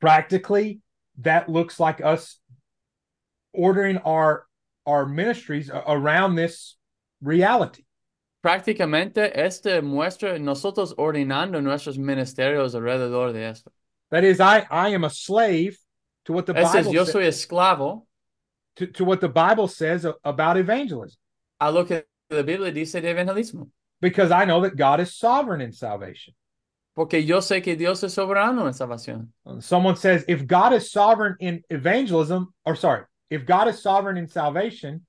Speaker 2: Practically, that looks like us ordering our our ministries a- around this reality.
Speaker 1: Prácticamente, este muestra nosotros ordenando nuestros ministerios alrededor de esto.
Speaker 2: That is, I I am a slave to what the
Speaker 1: Este es,
Speaker 2: Bible
Speaker 1: yo
Speaker 2: sa-
Speaker 1: soy esclavo
Speaker 2: to, to what the Bible says a- about evangelism,
Speaker 1: a lo que la Biblia dice de evangelismo,
Speaker 2: because I know that God is sovereign in salvation.
Speaker 1: porque yo sé que Dios es soberano en salvación.
Speaker 2: Someone says, if God is sovereign in evangelism, or sorry, if God is sovereign in salvation,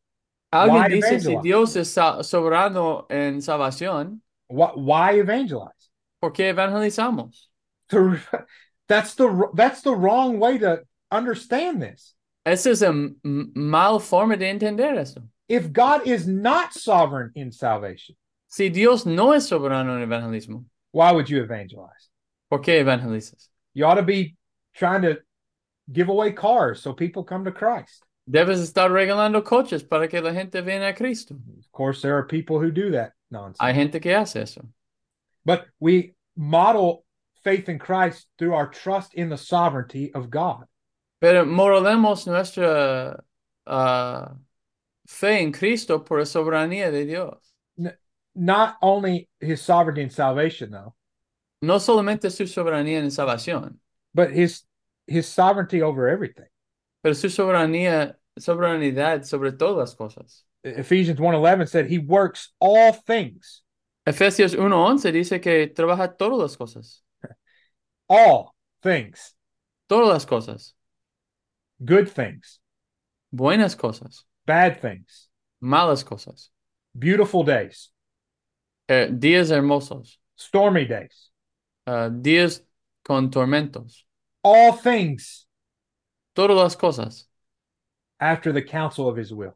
Speaker 1: Alguien
Speaker 2: Why
Speaker 1: dice si
Speaker 2: evangelize?
Speaker 1: Dios es sa- soberano en salvación,
Speaker 2: why, why evangelize?
Speaker 1: ¿por qué evangelizamos?
Speaker 2: To- *laughs* that's the that's the wrong way to understand this.
Speaker 1: Esa es una mal forma de entender esto.
Speaker 2: If God is not sovereign in salvation,
Speaker 1: Si Dios no es soberano en evangelismo,
Speaker 2: why would you evangelize?
Speaker 1: ¿por qué evangelizas?
Speaker 2: You ought to be trying to give away cars so people come to Christ.
Speaker 1: Debes estar regalando coches para que la gente venga a Cristo.
Speaker 2: Of course, there are people who do that nonsense.
Speaker 1: Hay gente que hace eso.
Speaker 2: But we model faith in Christ through our trust in the sovereignty of God.
Speaker 1: Pero moralemos nuestra ah, fe en Cristo por la soberanía de Dios.
Speaker 2: Not only his sovereignty and salvation, though,
Speaker 1: No solamente su soberanía en salvación,
Speaker 2: but his his sovereignty over everything.
Speaker 1: pero su soberanía, soberanidad sobre todas las cosas.
Speaker 2: Ephesians 1:11 said he works all things,
Speaker 1: Efesios 1.11 dice que trabaja todas las cosas,
Speaker 2: all things,
Speaker 1: todas las cosas,
Speaker 2: good things,
Speaker 1: buenas cosas.
Speaker 2: bad things,
Speaker 1: malas cosas,
Speaker 2: beautiful days,
Speaker 1: eh, días hermosos,
Speaker 2: stormy days,
Speaker 1: eh, días con tormentos,
Speaker 2: all things
Speaker 1: todas las cosas
Speaker 2: after the counsel of his will.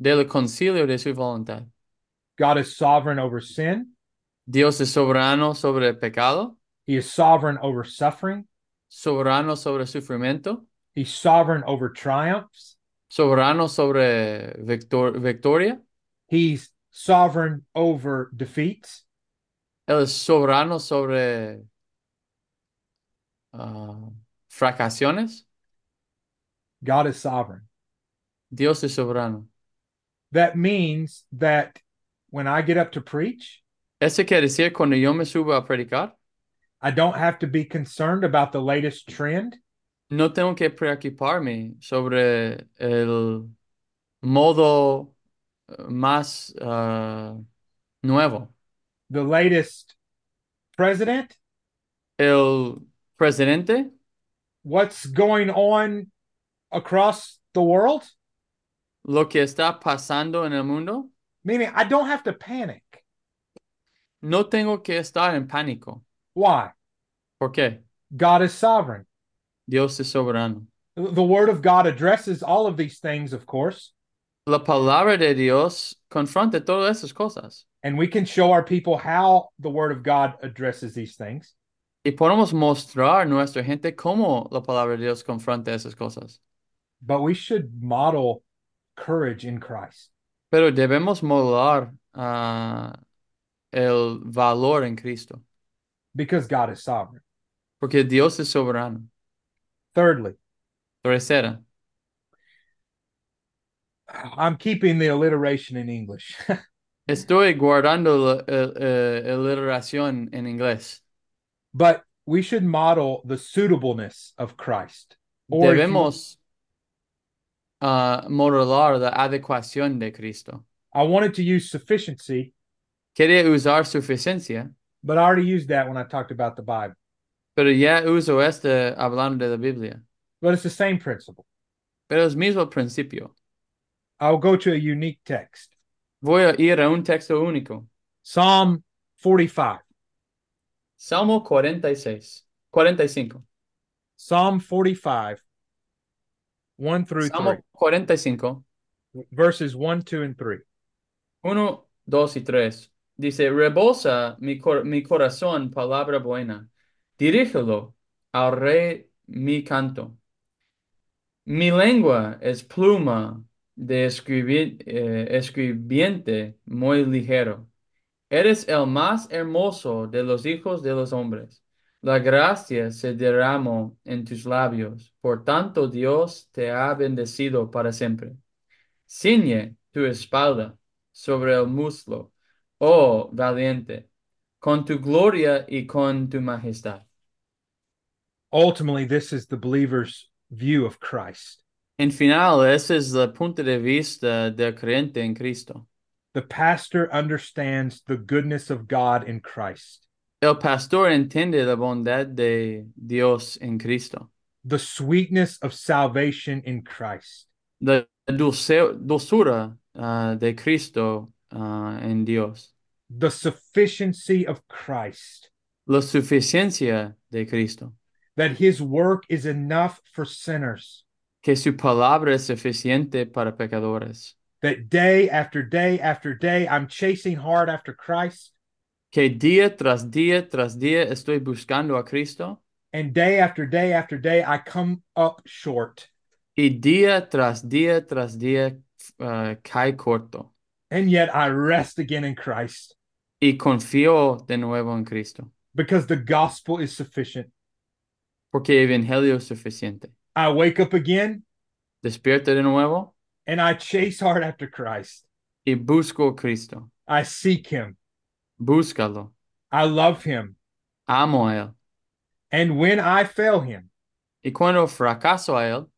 Speaker 1: del concilio de su voluntad.
Speaker 2: God is sovereign over sin,
Speaker 1: Dios es soberano sobre el pecado,
Speaker 2: he is sovereign over suffering,
Speaker 1: soberano sobre el sufrimiento,
Speaker 2: he's sovereign over triumphs,
Speaker 1: soberano sobre victor- victoria,
Speaker 2: he's sovereign over defeats,
Speaker 1: Él es soberano sobre ah, fracasiones.
Speaker 2: God is sovereign.
Speaker 1: Dios es soberano.
Speaker 2: That means that when I get up to preach,
Speaker 1: Eso quiere decir cuando yo me subo a predicar,
Speaker 2: I don't have to be concerned about the latest trend.
Speaker 1: no tengo que preocuparme sobre el modo eh, más ah, nuevo.
Speaker 2: the latest president,
Speaker 1: El presidente,
Speaker 2: what's going on across the world.
Speaker 1: lo que está pasando en el mundo,
Speaker 2: Meaning, I don't have to panic.
Speaker 1: no tengo que estar en pánico.
Speaker 2: Why?
Speaker 1: ¿Por qué?
Speaker 2: God is sovereign.
Speaker 1: Dios es soberano.
Speaker 2: The Word of God addresses all of these things, of course,
Speaker 1: La palabra de Dios confronta todas esas cosas.
Speaker 2: and we can show our people how the Word of God addresses these things.
Speaker 1: Y podemos mostrar a nuestra gente cómo la palabra de Dios confronta esas cosas.
Speaker 2: But we should model courage in Christ.
Speaker 1: Pero debemos modelar ah, el valor en Cristo,
Speaker 2: Because God is sovereign.
Speaker 1: porque Dios es soberano.
Speaker 2: Thirdly,
Speaker 1: Tercera,
Speaker 2: I'm keeping the alliteration in English. *laughs*
Speaker 1: estoy guardando la el- eh, eliteración en inglés.
Speaker 2: but we should model the suitableness of Christ. Or if you-
Speaker 1: Debemos ah, modelar la adecuación de Cristo.
Speaker 2: I wanted to use sufficiency,
Speaker 1: Quería usar suficiencia,
Speaker 2: but I already used that when I talked about the Bible.
Speaker 1: pero ya uso este hablando de la Biblia.
Speaker 2: But it's the same principle.
Speaker 1: Pero es mismo principio.
Speaker 2: I'll go to a unique text
Speaker 1: Voy a ir a un texto único.
Speaker 2: Psalm 45.
Speaker 1: Salmo 46, 45.
Speaker 2: Psalm 45, 1 through
Speaker 1: Salmo 45,
Speaker 2: 3, verses 1, 2, and 3.
Speaker 1: 1, 2 y 3. Dice, rebosa mi, cor- mi corazón palabra buena. Dirígelo al rey mi canto. Mi lengua es pluma de escribi- eh, escribiente muy ligero. Eres el más hermoso de los hijos de los hombres. La gracia se derramó en tus labios. Por tanto, Dios te ha bendecido para siempre. Ciñe tu espalda sobre el muslo, oh valiente, con tu gloria y con tu majestad.
Speaker 2: Ultimately, this is the believer's view of Christ.
Speaker 1: En final, ese es el punto de vista del creyente en Cristo.
Speaker 2: The pastor understands the goodness of God in Christ,
Speaker 1: El pastor entiende la bondad de Dios en Cristo,
Speaker 2: the sweetness of salvation in Christ.
Speaker 1: la dulce- dulzura ah, de Cristo ah, en Dios,
Speaker 2: the sufficiency of Christ,
Speaker 1: la suficiencia de Cristo,
Speaker 2: that his work is enough for sinners,
Speaker 1: que su palabra es suficiente para pecadores,
Speaker 2: that day after day after day, I'm chasing hard after Christ,
Speaker 1: que día tras día tras día estoy buscando a Cristo
Speaker 2: and day after day after day, I come up short.
Speaker 1: y día tras día tras día ah, cae corto
Speaker 2: And yet I rest again in Christ
Speaker 1: y confío de nuevo en Cristo,
Speaker 2: because the gospel is sufficient.
Speaker 1: porque el Evangelio es suficiente.
Speaker 2: I wake up again
Speaker 1: Despierta de nuevo.
Speaker 2: and I chase hard after Christ.
Speaker 1: y busco a Cristo.
Speaker 2: I seek him,
Speaker 1: Búscalo.
Speaker 2: I love him.
Speaker 1: Amo a Él.
Speaker 2: And when I fail him,
Speaker 1: Y cuando fracaso a Él,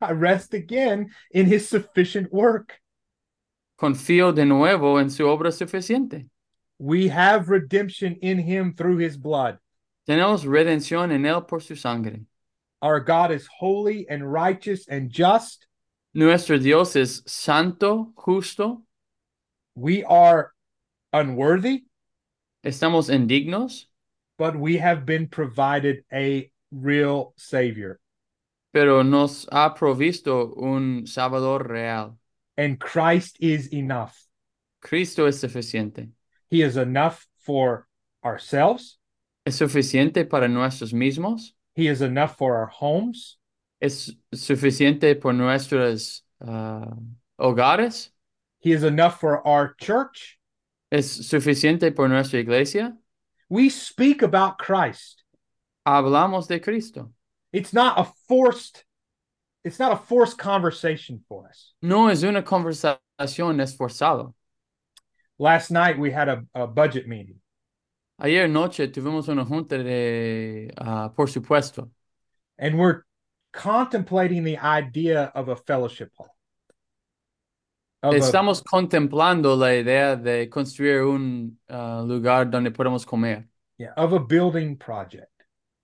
Speaker 2: I rest again in his sufficient work.
Speaker 1: confío de nuevo en su obra suficiente.
Speaker 2: We have redemption in him through his blood.
Speaker 1: Tenemos redención en Él por su sangre.
Speaker 2: Our God is holy and righteous and just.
Speaker 1: Nuestro Dios es santo, justo.
Speaker 2: We are unworthy,
Speaker 1: Estamos indignos,
Speaker 2: but we have been provided a real Savior,
Speaker 1: pero nos ha provisto un Salvador real.
Speaker 2: and Christ is enough.
Speaker 1: Cristo es suficiente.
Speaker 2: He is enough for ourselves,
Speaker 1: Es suficiente para nosotros mismos.
Speaker 2: He is enough for our homes,
Speaker 1: Es suficiente por nuestros ah, hogares.
Speaker 2: He is enough for our church.
Speaker 1: Es suficiente por nuestra iglesia.
Speaker 2: We speak about Christ.
Speaker 1: Hablamos de Cristo.
Speaker 2: It's not a forced it's not a forced conversation for us.
Speaker 1: No es una conversación esforzada.
Speaker 2: Last night we had a, a budget meeting
Speaker 1: Ayer noche tuvimos una junta de, ah, por supuesto,
Speaker 2: and we're contemplating the idea of a fellowship hall. Of a-
Speaker 1: Estamos contemplando la idea de construir un ah, lugar donde podamos comer,
Speaker 2: yeah, of a building project.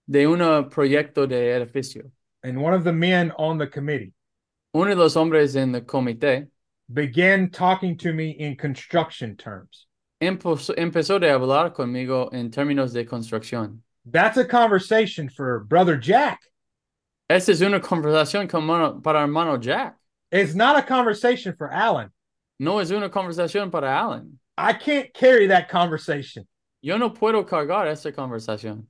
Speaker 1: de un proyecto de edificio.
Speaker 2: And one of the men on the committee
Speaker 1: Uno de los hombres en el comité
Speaker 2: began talking to me in construction terms.
Speaker 1: empezó, empezó a hablar conmigo en términos de construcción.
Speaker 2: That's a conversation for brother Jack.
Speaker 1: Esta es una conversación con mano- para hermano Jack.
Speaker 2: It's not a conversation for Alan.
Speaker 1: No es una conversación para Alan.
Speaker 2: I can't carry that conversation.
Speaker 1: Yo no puedo cargar esta conversación.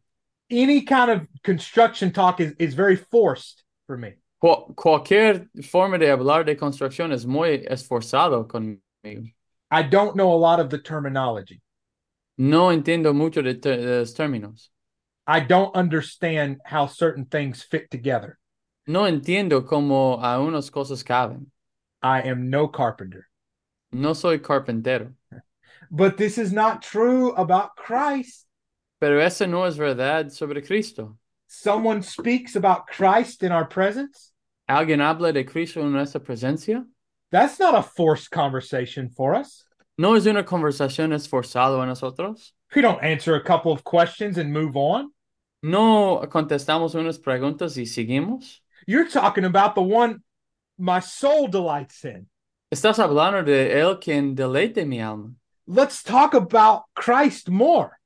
Speaker 2: Any kind of construction talk is, is very forced for me.
Speaker 1: Cu- cualquier forma de hablar de construcción es muy esforzado conmigo.
Speaker 2: I don't know a lot of the terminology.
Speaker 1: No entiendo mucho de, te- de los términos.
Speaker 2: I don't understand how certain things fit together.
Speaker 1: No entiendo cómo a unas cosas caben.
Speaker 2: I am no carpenter.
Speaker 1: No soy carpintero.
Speaker 2: But this is not true about Christ.
Speaker 1: Pero eso no es verdad sobre Cristo.
Speaker 2: Someone speaks about Christ in our presence.
Speaker 1: ¿Alguien habla de Cristo en nuestra presencia?
Speaker 2: That's not a forced conversation for us.
Speaker 1: ¿No es una conversación esforzada a nosotros?
Speaker 2: We don't answer a couple of questions and move on.
Speaker 1: ¿No contestamos unas preguntas y seguimos?
Speaker 2: You're talking about the one my soul delights in.
Speaker 1: Estás hablando de Él quien deleite mi alma.
Speaker 2: Let's talk about Christ more.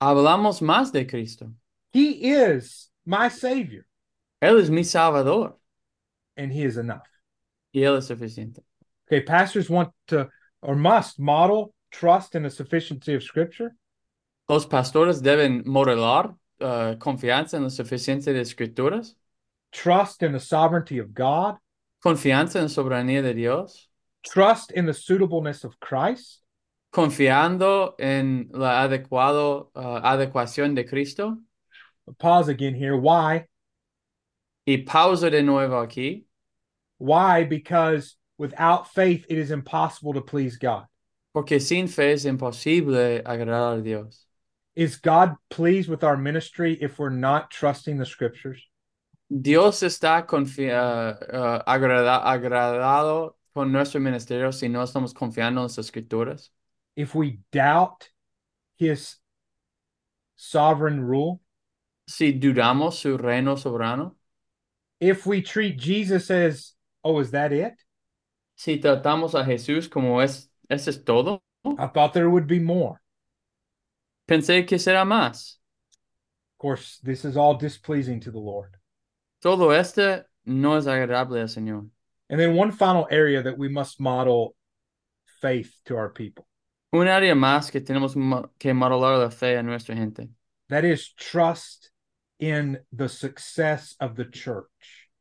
Speaker 1: Hablamos más de Cristo.
Speaker 2: He is my Savior,
Speaker 1: Él es mi Salvador
Speaker 2: and He is enough.
Speaker 1: y Él es suficiente.
Speaker 2: Okay, pastors want to or must model trust in the sufficiency of Scripture.
Speaker 1: Los pastores deben modelar eh, confianza en la suficiencia de escrituras,
Speaker 2: trust in the sovereignty of God,
Speaker 1: confianza en la soberanía de Dios,
Speaker 2: trust in the suitableness of Christ,
Speaker 1: confiando en la adecuado, eh, adecuación de Cristo.
Speaker 2: pause again here. Why?
Speaker 1: Y pausa de nuevo aquí,
Speaker 2: Why? Because without faith, it is impossible to please God.
Speaker 1: porque sin fe es imposible agradar a Dios.
Speaker 2: Is God pleased with our ministry if we're not trusting the scriptures?
Speaker 1: Dios está confi- eh, eh, agrada- agradado con nuestro ministerio si no estamos confiando en las escrituras.
Speaker 2: If we doubt his sovereign rule,
Speaker 1: Si dudamos su reino soberano,
Speaker 2: if we treat Jesus as, oh, is that it?
Speaker 1: si tratamos a Jesús como es, eso es todo.
Speaker 2: I thought there would be more.
Speaker 1: Pensé que será más.
Speaker 2: Of course, this is all displeasing to the Lord.
Speaker 1: Todo este no es agradable al Señor.
Speaker 2: And then one final area that we must model faith to our people.
Speaker 1: Un área más que tenemos mo- que modelar la fe a nuestra gente
Speaker 2: That is trust in the success of the church.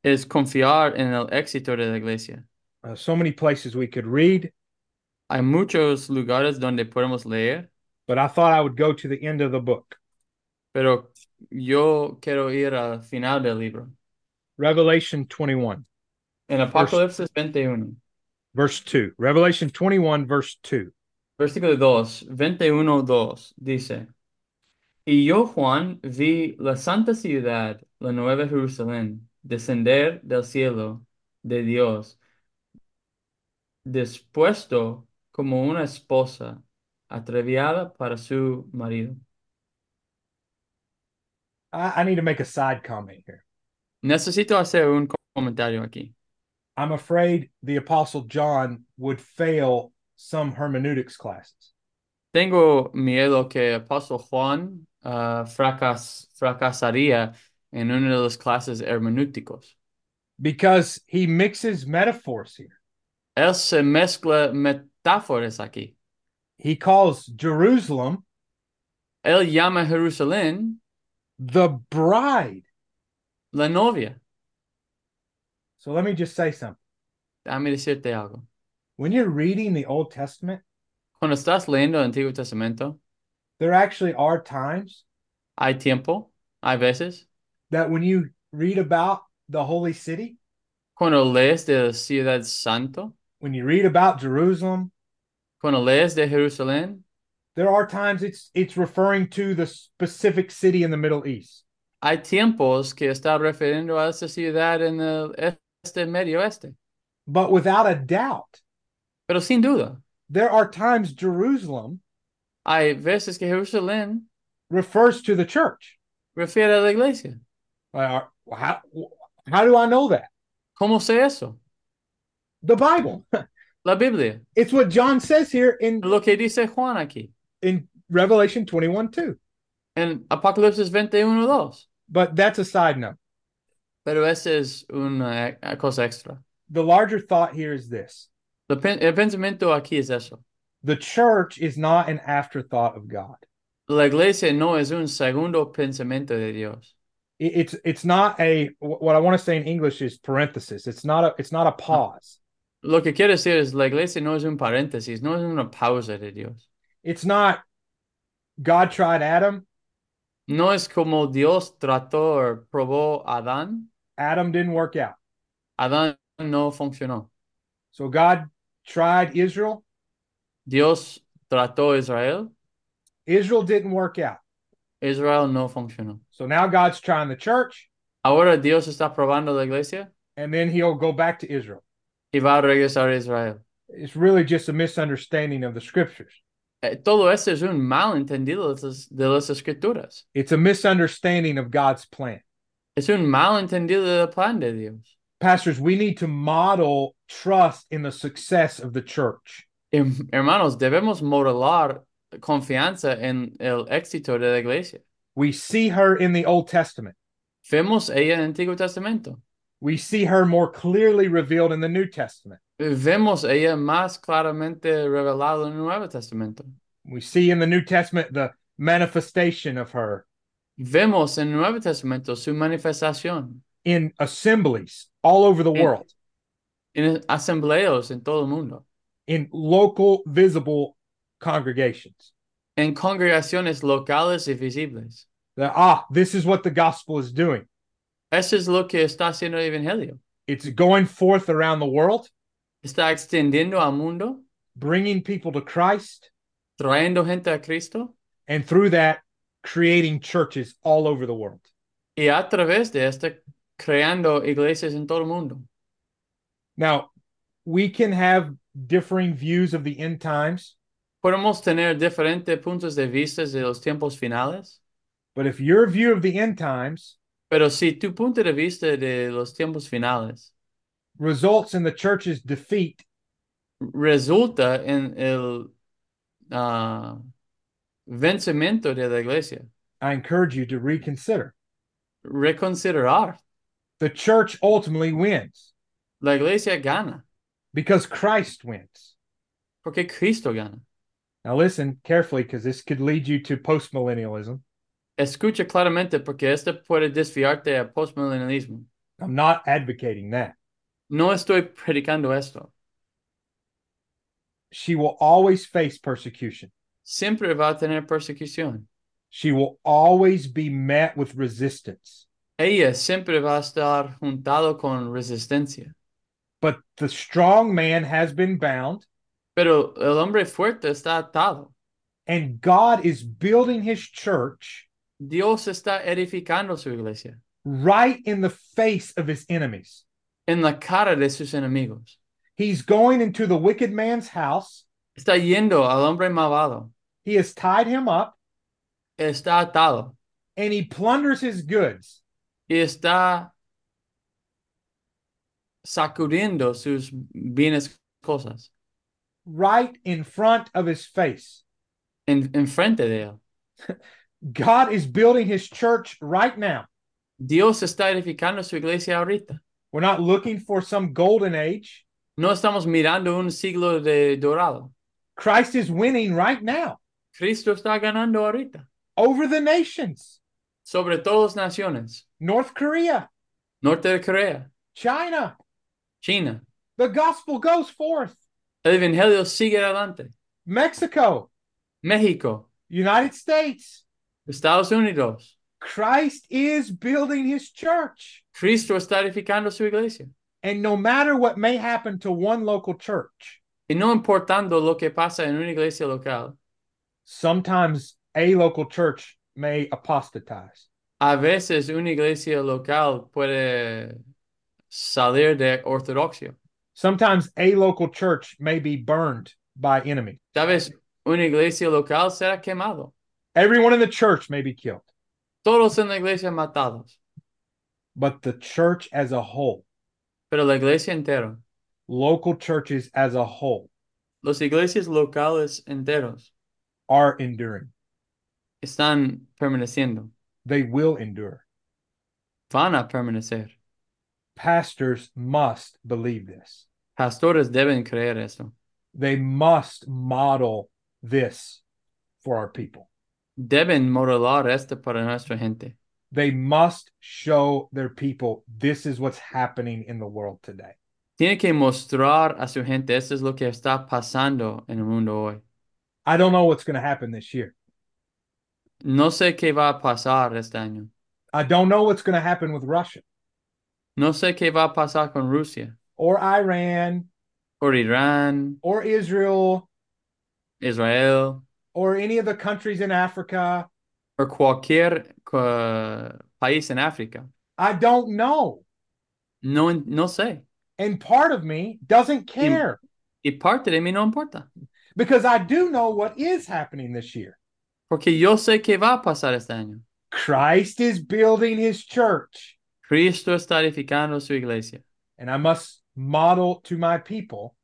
Speaker 1: es confiar en el éxito de la iglesia.
Speaker 2: Uh, so many places we could read,
Speaker 1: Hay muchos lugares donde podemos leer,
Speaker 2: but I thought I would go to the end of the book.
Speaker 1: pero yo quiero ir al final del libro.
Speaker 2: Revelation 21,
Speaker 1: En Apocalipsis 21,
Speaker 2: verse 2. Revelation 21, verse 2.
Speaker 1: versículo 2, 21, 2, dice, Y yo, Juan, vi la santa ciudad, la nueva Jerusalén, descender del cielo de Dios, dispuesto como una esposa ataviada para su marido.
Speaker 2: I, I need to make a side comment here.
Speaker 1: Necesito hacer un co- comentario aquí.
Speaker 2: I'm afraid the Apostle John would fail some hermeneutics classes.
Speaker 1: Tengo miedo que apóstol Juan ah, fracas- fracasaría en una de las clases hermenéuticos.
Speaker 2: because he mixes metaphors here.
Speaker 1: Él se mezcla metáforas aquí.
Speaker 2: He calls Jerusalem
Speaker 1: Él llama a Jerusalén
Speaker 2: the bride.
Speaker 1: la novia.
Speaker 2: So let me just say something.
Speaker 1: Déjame decirte algo.
Speaker 2: When you're reading the Old Testament,
Speaker 1: Cuando estás leyendo el Antiguo Testamento,
Speaker 2: there actually are times
Speaker 1: hay tiempo, hay veces,
Speaker 2: that when you read about the holy city,
Speaker 1: cuando lees de la ciudad santo,
Speaker 2: when you read about Jerusalem,
Speaker 1: cuando lees de Jerusalén,
Speaker 2: there are times it's it's referring to the specific city in the Middle East.
Speaker 1: hay tiempos que está refiriendo a esa ciudad en el este, medio oeste.
Speaker 2: But without a doubt,
Speaker 1: Pero sin duda,
Speaker 2: there are times Jerusalem
Speaker 1: hay veces que Jerusalén
Speaker 2: refers to the church.
Speaker 1: refiere a la iglesia.
Speaker 2: Well, How, how do I know that?
Speaker 1: ¿Cómo sé eso?
Speaker 2: The Bible.
Speaker 1: La Biblia.
Speaker 2: It's what John says here in
Speaker 1: Lo que dice Juan aquí,
Speaker 2: in Revelation 21 2.
Speaker 1: en Apocalipsis 21, 2.
Speaker 2: But that's a side note.
Speaker 1: Pero esa es una eh, cosa extra.
Speaker 2: The larger thought here is this
Speaker 1: Lo pen- El pensamiento aquí es eso.
Speaker 2: the church is not an afterthought of God.
Speaker 1: La iglesia no es un segundo pensamiento de Dios.
Speaker 2: It- It's it's not a what I want to say in English is parenthesis. It's not a it's not a pause.
Speaker 1: Lo que quiero decir es, la iglesia no es un paréntesis, no es una pausa de Dios.
Speaker 2: It's not God tried Adam,
Speaker 1: No es como Dios trató o probó a Adán.
Speaker 2: Adam didn't work out.
Speaker 1: Adán no funcionó.
Speaker 2: So God tried Israel,
Speaker 1: Dios trató a Israel.
Speaker 2: Israel didn't work out.
Speaker 1: Israel no funcionó.
Speaker 2: So now God's trying the church
Speaker 1: Ahora Dios está probando la iglesia
Speaker 2: and then he'll go back to Israel.
Speaker 1: y va a regresar a Israel.
Speaker 2: It's really just a misunderstanding of the scriptures.
Speaker 1: Eh, Todo esto es un malentendido de las- de las escrituras.
Speaker 2: It's a misunderstanding of God's plan.
Speaker 1: Es un malentendido del plan de Dios.
Speaker 2: Pastors, we need to model trust in the success of the church.
Speaker 1: Hem- Em, Hermanos, debemos modelar confianza en el éxito de la iglesia.
Speaker 2: We see her in the Old Testament.
Speaker 1: Vemos ella en el Antiguo Testamento.
Speaker 2: We see her more clearly revealed in the New Testament.
Speaker 1: Vemos ella más claramente revelada en el Nuevo Testamento.
Speaker 2: We see in the New Testament the manifestation of her
Speaker 1: Vemos en el Nuevo Testamento su manifestación
Speaker 2: in assemblies all over the
Speaker 1: Yeah.
Speaker 2: world,
Speaker 1: en asambleos en todo el mundo,
Speaker 2: in local visible congregations.
Speaker 1: en congregaciones locales y visibles.
Speaker 2: That, ah, this is what the gospel is doing.
Speaker 1: Eso es lo que está haciendo el Evangelio.
Speaker 2: It's going forth around the world,
Speaker 1: Está extendiendo al mundo,
Speaker 2: bringing people to Christ,
Speaker 1: trayendo gente a Cristo
Speaker 2: and through that, creating churches all over the world.
Speaker 1: y a través de esto creando iglesias en todo el mundo.
Speaker 2: Now, we can have differing views of the end times,
Speaker 1: Podemos tener diferentes puntos de vista de los tiempos finales,
Speaker 2: but if your view of the end times
Speaker 1: pero si tu punto de vista de los tiempos finales
Speaker 2: results in the church's defeat,
Speaker 1: resulta en el ah, vencimiento de la iglesia,
Speaker 2: I encourage you to reconsider.
Speaker 1: reconsiderar.
Speaker 2: The church ultimately wins
Speaker 1: La iglesia gana
Speaker 2: because Christ wins.
Speaker 1: porque Cristo gana.
Speaker 2: Now, listen carefully because this could lead you to postmillennialism.
Speaker 1: Escucha claramente porque esto puede desviarte al postmillennialismo.
Speaker 2: I'm not advocating that.
Speaker 1: No estoy predicando esto.
Speaker 2: She will always face persecution,
Speaker 1: Siempre va a tener persecución.
Speaker 2: she will always be met with resistance.
Speaker 1: Ella siempre va a estar juntado con resistencia.
Speaker 2: But the strong man has been bound,
Speaker 1: Pero el hombre fuerte está atado.
Speaker 2: and God is building his church
Speaker 1: Dios está edificando su iglesia
Speaker 2: right in the face of his enemies.
Speaker 1: en la cara de sus enemigos.
Speaker 2: He's going into the wicked man's house.
Speaker 1: Está yendo al hombre malvado.
Speaker 2: He has tied him up
Speaker 1: Está atado
Speaker 2: and he plunders his goods.
Speaker 1: y está sacudiendo sus bienes cosas
Speaker 2: right in front of his face.
Speaker 1: en, en frente de él.
Speaker 2: God is building his church right now.
Speaker 1: Dios está edificando su iglesia ahorita.
Speaker 2: We're not looking for some golden age.
Speaker 1: No estamos mirando un siglo de dorado.
Speaker 2: Christ is winning right now
Speaker 1: Cristo está ganando ahorita.
Speaker 2: over the nations
Speaker 1: Sobre todas las naciones.
Speaker 2: North Korea,
Speaker 1: Norte de Corea,
Speaker 2: China.
Speaker 1: China.
Speaker 2: The gospel goes forth.
Speaker 1: El evangelio sigue adelante.
Speaker 2: Mexico,
Speaker 1: México,
Speaker 2: United States.
Speaker 1: Estados Unidos.
Speaker 2: Christ is building his church.
Speaker 1: Cristo está edificando su iglesia.
Speaker 2: And no matter what may happen to one local church,
Speaker 1: Y no importando lo que pasa en una iglesia local,
Speaker 2: sometimes a local church may apostatize.
Speaker 1: a veces una iglesia local puede salir de ortodoxia.
Speaker 2: Sometimes a local church may be burned by enemy.
Speaker 1: Tal vez una iglesia local será quemado.
Speaker 2: Everyone in the church may be killed,
Speaker 1: Todos en la iglesia matados.
Speaker 2: but the church as a whole,
Speaker 1: Pero la iglesia entera,
Speaker 2: local churches as a whole,
Speaker 1: las iglesias locales enteros
Speaker 2: are enduring.
Speaker 1: están permaneciendo.
Speaker 2: They will endure.
Speaker 1: Van a permanecer.
Speaker 2: Pastors must believe this.
Speaker 1: Pastores deben creer eso.
Speaker 2: They must model this for our people.
Speaker 1: Deben modelar esto para nuestra gente.
Speaker 2: They must show their people this is what's happening in the world today.
Speaker 1: Tiene que mostrar a su gente, esto es lo que está pasando en el mundo hoy.
Speaker 2: I don't know what's going to happen this year.
Speaker 1: No sé qué va a pasar este año.
Speaker 2: I don't know what's going to happen with Russia
Speaker 1: No sé qué va a pasar con Rusia,
Speaker 2: or Iran
Speaker 1: por Irán,
Speaker 2: or Israel
Speaker 1: Israel,
Speaker 2: or any of the countries in Africa.
Speaker 1: o cualquier eh, país en África.
Speaker 2: I don't know.
Speaker 1: No, en- no sé.
Speaker 2: And part of me doesn't care
Speaker 1: Y parte de mí no importa,
Speaker 2: because I do know what is happening this year.
Speaker 1: porque yo sé qué va a pasar este año.
Speaker 2: Christ is building his church,
Speaker 1: Cristo está edificando su iglesia
Speaker 2: and I must model to my people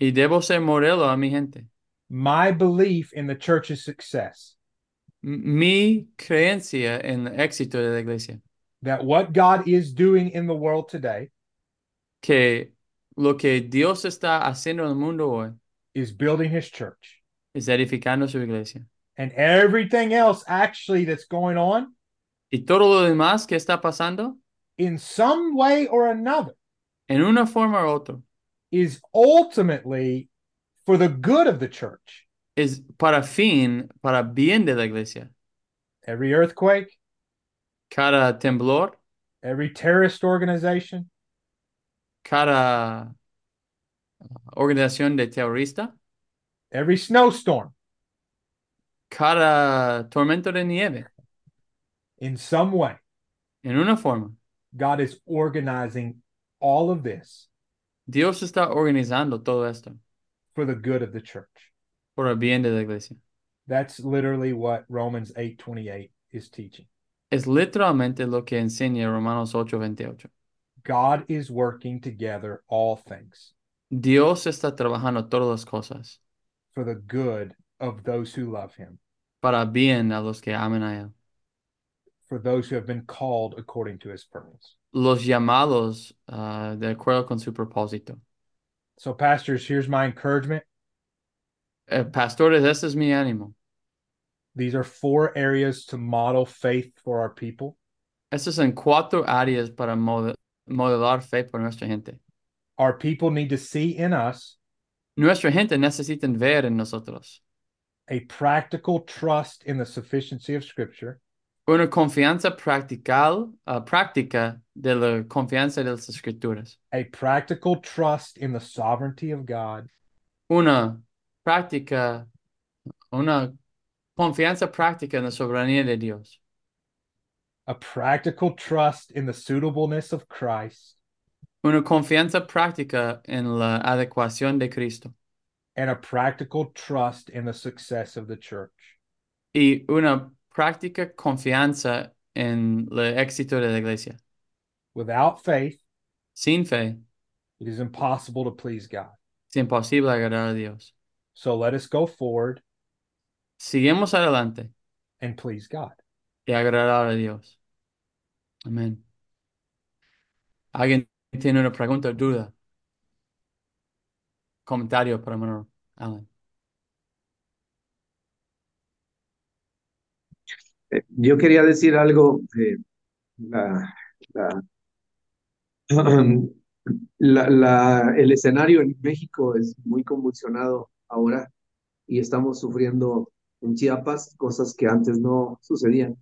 Speaker 1: y debo ser modelo a mi gente.
Speaker 2: my belief in the church's success
Speaker 1: M- Mi creencia en el éxito de la iglesia,
Speaker 2: that what God is doing in the world today
Speaker 1: que lo que Dios está haciendo en el mundo hoy
Speaker 2: is building his church,
Speaker 1: es edificando su iglesia.
Speaker 2: and everything else actually that's going on
Speaker 1: Y todo lo demás que está pasando,
Speaker 2: in some way or another
Speaker 1: en una forma u otra,
Speaker 2: is ultimately for the good of the church.
Speaker 1: es para fin, para bien de la iglesia.
Speaker 2: Every earthquake,
Speaker 1: Cada temblor,
Speaker 2: every terrorist organization,
Speaker 1: cada uh, organización de terrorista,
Speaker 2: every snowstorm,
Speaker 1: cada tormento de nieve,
Speaker 2: in some way,
Speaker 1: en una forma.
Speaker 2: God is organizing all of this
Speaker 1: Dios está organizando todo esto
Speaker 2: for the good of the church.
Speaker 1: por el bien de la iglesia.
Speaker 2: That's literally what Romans 8:28 is teaching.
Speaker 1: Es literalmente lo que enseña Romanos 8:28.
Speaker 2: God is working together all things
Speaker 1: Dios está trabajando todas las cosas
Speaker 2: for the good of those who love him,
Speaker 1: para bien a los que aman a Él.
Speaker 2: for those who have been called according to his purpose.
Speaker 1: Los llamados ah, de acuerdo con su propósito.
Speaker 2: So pastors, here's my encouragement.
Speaker 1: Eh, pastores, ese es mi ánimo.
Speaker 2: These are four areas to model faith for our people.
Speaker 1: Estas son cuatro áreas para mode- modelar fe por nuestra gente.
Speaker 2: Our people need to see in us
Speaker 1: Nuestra gente necesita ver en nosotros
Speaker 2: a practical trust in the sufficiency of scripture
Speaker 1: una confianza practical, ah, práctica de la confianza de las escrituras.
Speaker 2: a practical trust in the sovereignty of God
Speaker 1: Una práctica, una confianza práctica en la soberanía de Dios.
Speaker 2: a practical trust in the suitableness of Christ
Speaker 1: Una confianza práctica en la adecuación de Cristo.
Speaker 2: and a practical trust in the success of the church.
Speaker 1: Y una práctica confianza en el éxito de la iglesia.
Speaker 2: Without faith,
Speaker 1: Sin fe
Speaker 2: it is impossible to please God.
Speaker 1: es imposible agradar a Dios.
Speaker 2: So let us go forward
Speaker 1: Sigamos adelante
Speaker 2: and please God.
Speaker 1: y agradar a Dios. Amén. ¿Alguien tiene una pregunta, duda? Comentario para Manuel Allen.
Speaker 5: Eh, Yo quería decir algo. eh, la- la- *clears throat* la- la- el escenario en México es muy convulsionado ahora y estamos sufriendo en Chiapas cosas que antes no sucedían.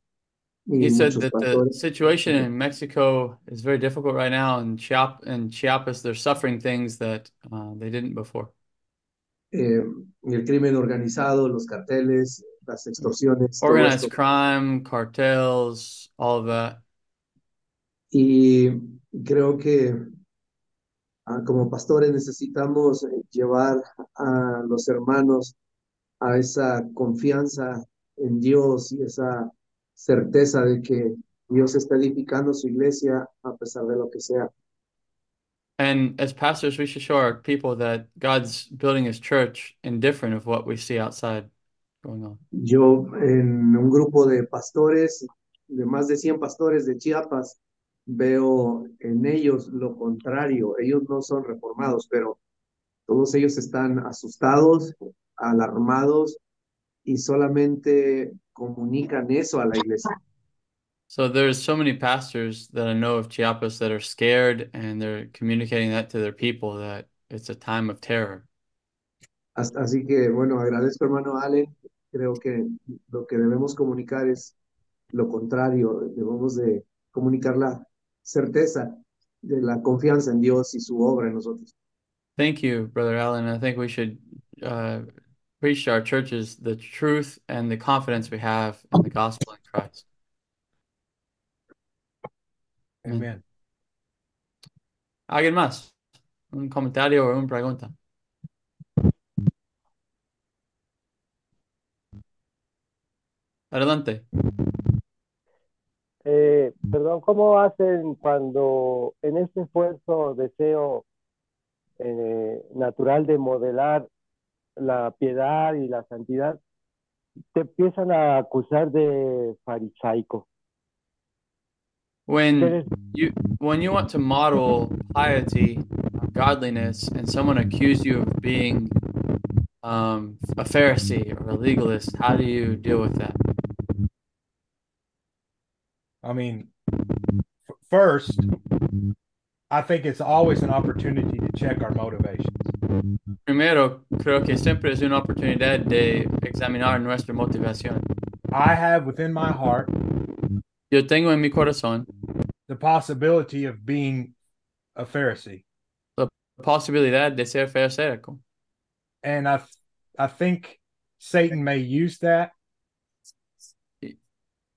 Speaker 5: Y
Speaker 1: He said
Speaker 5: muchos
Speaker 1: that the
Speaker 5: pastores,
Speaker 1: situation in Mexico is very difficult right now, and Chiap and Chiapas, they're suffering things that uh, they didn't before.
Speaker 5: eh, el crimen organizado, los carteles, las extorsiones, todo esto.
Speaker 1: Organized crime, cartels, all of that.
Speaker 5: Y creo que ah, como pastores necesitamos eh, llevar a los hermanos a esa confianza en Dios y esa certeza de que Dios está edificando su iglesia a pesar de lo que sea.
Speaker 1: And as pastors, we should show our people that God's building his church indifferent of what we see outside going on.
Speaker 5: Yo en un grupo de pastores, de más de 100 pastores de Chiapas, veo en ellos lo contrario. Ellos no son reformados, pero todos ellos están asustados, alarmados y solamente comunican eso a la iglesia.
Speaker 1: So there's so many pastors that I know of Chiapas that are scared and they're communicating that to their people that it's a time of terror.
Speaker 5: As- Así que, bueno, agradezco, hermano Allen. Creo que lo que debemos comunicar es lo contrario. Debemos de comunicar la certeza de la confianza en Dios y su obra en nosotros.
Speaker 1: Thank you, Brother Allen. I think we should uh, preach to our churches the truth and the confidence we have in the gospel in Christ.
Speaker 2: Amen.
Speaker 1: ¿Alguien más? ¿Un comentario o una pregunta? Adelante.
Speaker 6: Eh, perdón, ¿cómo hacen cuando en este esfuerzo, deseo eh, natural de modelar la piedad y la santidad, te empiezan a acusar de farisaico?
Speaker 1: When
Speaker 6: Eres-
Speaker 1: you when you want to model piety, godliness, and someone accuse you of being um, a Pharisee or a legalist, how do you deal with that?
Speaker 2: I mean, f- first, I think it's always an opportunity to check our motivations.
Speaker 1: Primero, creo que siempre es una oportunidad de examinar nuestra motivación.
Speaker 2: I have within my heart
Speaker 1: Yo tengo en mi corazón
Speaker 2: the possibility of being a Pharisee,
Speaker 1: la posibilidad de ser fariseo.
Speaker 2: and I, th- I think Satan may use that.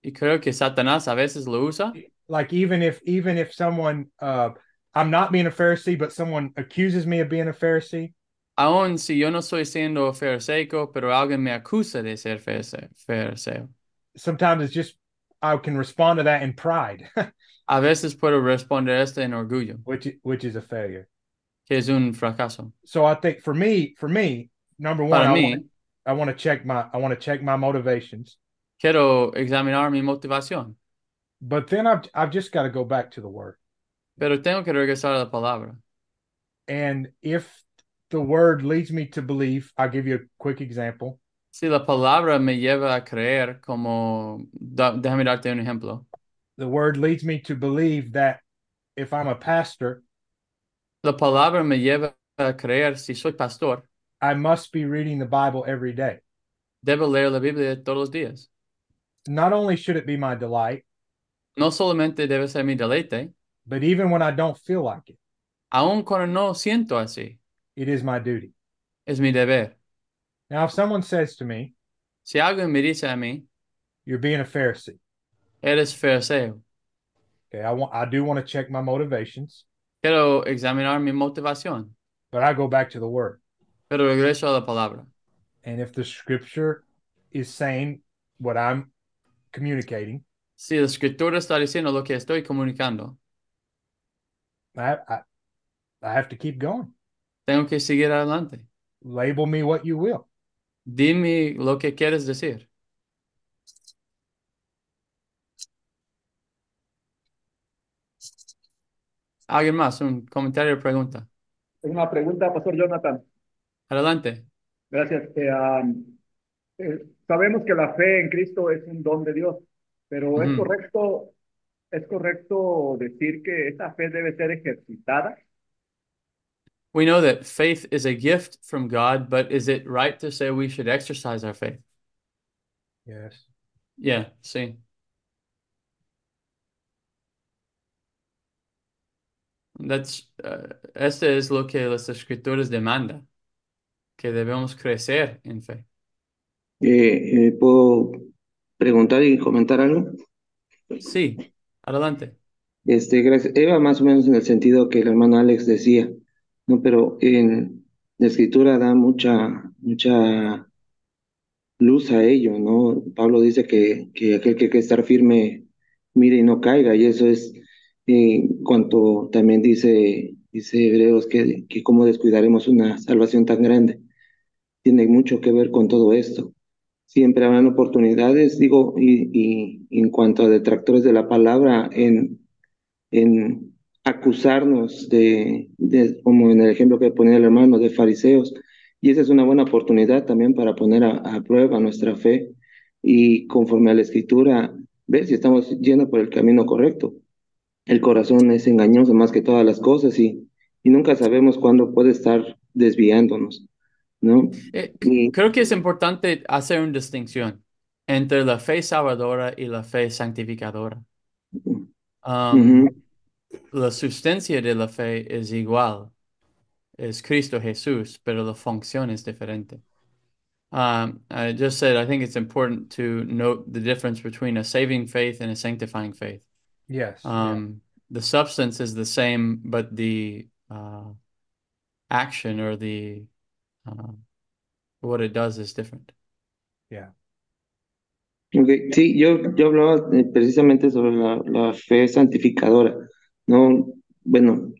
Speaker 1: Y creo que Satanás a veces lo usa.
Speaker 2: Like even if even if someone, uh, I'm not being a Pharisee, but someone accuses me of being a Pharisee,
Speaker 1: Aun si yo no soy siendo fariseo, pero alguien me acusa de ser farise- fariseo.
Speaker 2: sometimes it's just I can respond to that in pride, *laughs*
Speaker 1: A veces puedo responder esto en orgullo,
Speaker 2: which which is a failure.
Speaker 1: que es un fracaso.
Speaker 2: So I think for me, for me, number one,
Speaker 1: Para
Speaker 2: I
Speaker 1: mí,
Speaker 2: want, I want to check my I want to check my motivations.
Speaker 1: quiero examinar mi motivación,
Speaker 2: But then I've I've just got to go back to the word.
Speaker 1: pero tengo que regresar a la palabra.
Speaker 2: And if the word leads me to believe, I'll give you a quick example.
Speaker 1: Si la palabra me lleva a creer, como, da- déjame darte un ejemplo.
Speaker 2: The word leads me to believe that if I'm a pastor,
Speaker 1: La palabra me lleva a creer, si soy pastor,
Speaker 2: I must be reading the Bible every day.
Speaker 1: debo leer la Biblia todos los días.
Speaker 2: Not only should it be my delight,
Speaker 1: No solamente debe ser mi deleite,
Speaker 2: but even when I don't feel like it,
Speaker 1: aun cuando no siento así,
Speaker 2: it is my duty.
Speaker 1: es mi deber.
Speaker 2: Now, if someone says to me,
Speaker 1: Si alguien me dice a mí,
Speaker 2: "You're being a Pharisee,"
Speaker 1: eres fariseo,
Speaker 2: okay, I want I do want to check my motivations,
Speaker 1: quiero examinar mi motivación,
Speaker 2: but I go back to the word.
Speaker 1: pero regreso a la palabra.
Speaker 2: And if the scripture is saying what I'm communicating,
Speaker 1: Si la escritura está diciendo lo que estoy comunicando,
Speaker 2: I I, I have to keep going.
Speaker 1: tengo que seguir adelante.
Speaker 2: Label me what you will.
Speaker 1: Dime lo que quieres decir. ¿Alguien más? ¿Un comentario o pregunta?
Speaker 7: Tengo una pregunta, Pastor Jonathan.
Speaker 1: Adelante.
Speaker 7: Gracias. Eh, um, eh, sabemos que la fe en Cristo es un don de Dios, pero ¿es
Speaker 1: Ujú.
Speaker 7: correcto, es correcto decir que esa fe debe ser ejercitada?
Speaker 1: We know that faith is a gift from God, but is it right to say we should exercise our faith?
Speaker 4: Yes.
Speaker 1: Yeah, see. That's, uh, este es lo que las escrituras demandan, que debemos crecer en fe.
Speaker 5: Eh, eh, ¿puedo preguntar y comentar algo?
Speaker 1: Sí, adelante.
Speaker 5: Este, gracias. Eva, más o menos en el sentido que el hermano Alex decía, ¿no? Pero en la escritura da mucha, mucha luz a ello, ¿no? Pablo dice que, que aquel que quiere estar firme mire y no caiga, y eso es eh, cuanto también dice, dice Hebreos que, que cómo descuidaremos una salvación tan grande. Tiene mucho que ver con todo esto. Siempre habrán oportunidades, digo, y, y- y en cuanto a detractores de la palabra, en, en acusarnos de, de- como en el ejemplo que ponía el hermano, de fariseos. Y esa es una buena oportunidad también para poner a, a prueba nuestra fe y conforme a la escritura, ver si estamos yendo por el camino correcto. El corazón es engañoso más que todas las cosas y, y nunca sabemos cuándo puede estar desviándonos, ¿no?
Speaker 1: Eh, c-
Speaker 5: Y,
Speaker 1: creo que es importante hacer una distinción entre la fe salvadora y la fe santificadora. Um,
Speaker 5: ujú,
Speaker 1: la sustancia de la fe es igual, es Cristo Jesús, pero la función es diferente. Um, I just said I think it's important to note the difference between a saving faith and a sanctifying faith.
Speaker 4: Yes. yeah.
Speaker 1: Um, the substance is the same, but the uh, action or the uh, what it does is different.
Speaker 5: ok, Sí, yo, yo hablaba eh, precisamente sobre la, la fe santificadora, ¿no? Bueno,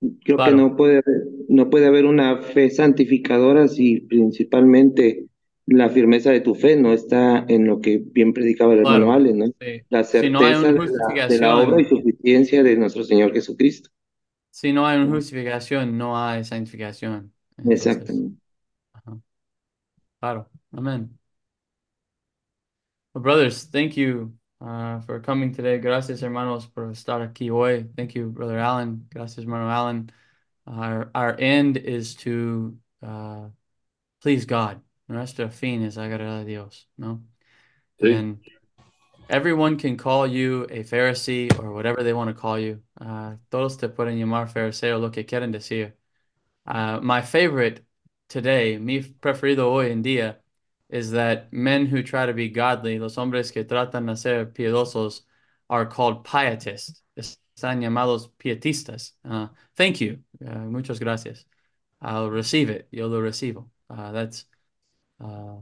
Speaker 5: creo que
Speaker 1: Claro.
Speaker 5: no puede, haber- no puede haber una fe santificadora si principalmente la firmeza de tu fe no está en lo que bien predicaba el hermano
Speaker 1: Claro,
Speaker 5: Ale, ¿no?
Speaker 1: sí.
Speaker 5: La
Speaker 1: Si no hay
Speaker 5: certeza
Speaker 1: una
Speaker 5: de la, de la obra y
Speaker 1: justificación,
Speaker 5: suficiencia de nuestro Señor Jesucristo.
Speaker 1: si no hay una justificación, no hay santificación. Entonces,
Speaker 5: Exactamente.
Speaker 1: ajá, claro. Amén. Well, brothers, thank you uh, for coming today. Gracias, hermanos, por estar aquí hoy. Thank you, brother Alan. Gracias, hermano Alan. Our, our end is to uh, please God. Nuestro fin es agradar a Dios, no? And Everyone can call you a Pharisee or whatever they want to call you. Uh, todos te pueden llamar fariseo, lo que quieren decir. Uh, my favorite today, mi preferido hoy en día, is that men who try to be godly, los hombres que tratan de ser piadosos, are called pietists. Están llamados pietistas. Uh, thank you. Uh, muchas gracias. I'll receive it. Yo lo recibo. Uh, that's uh,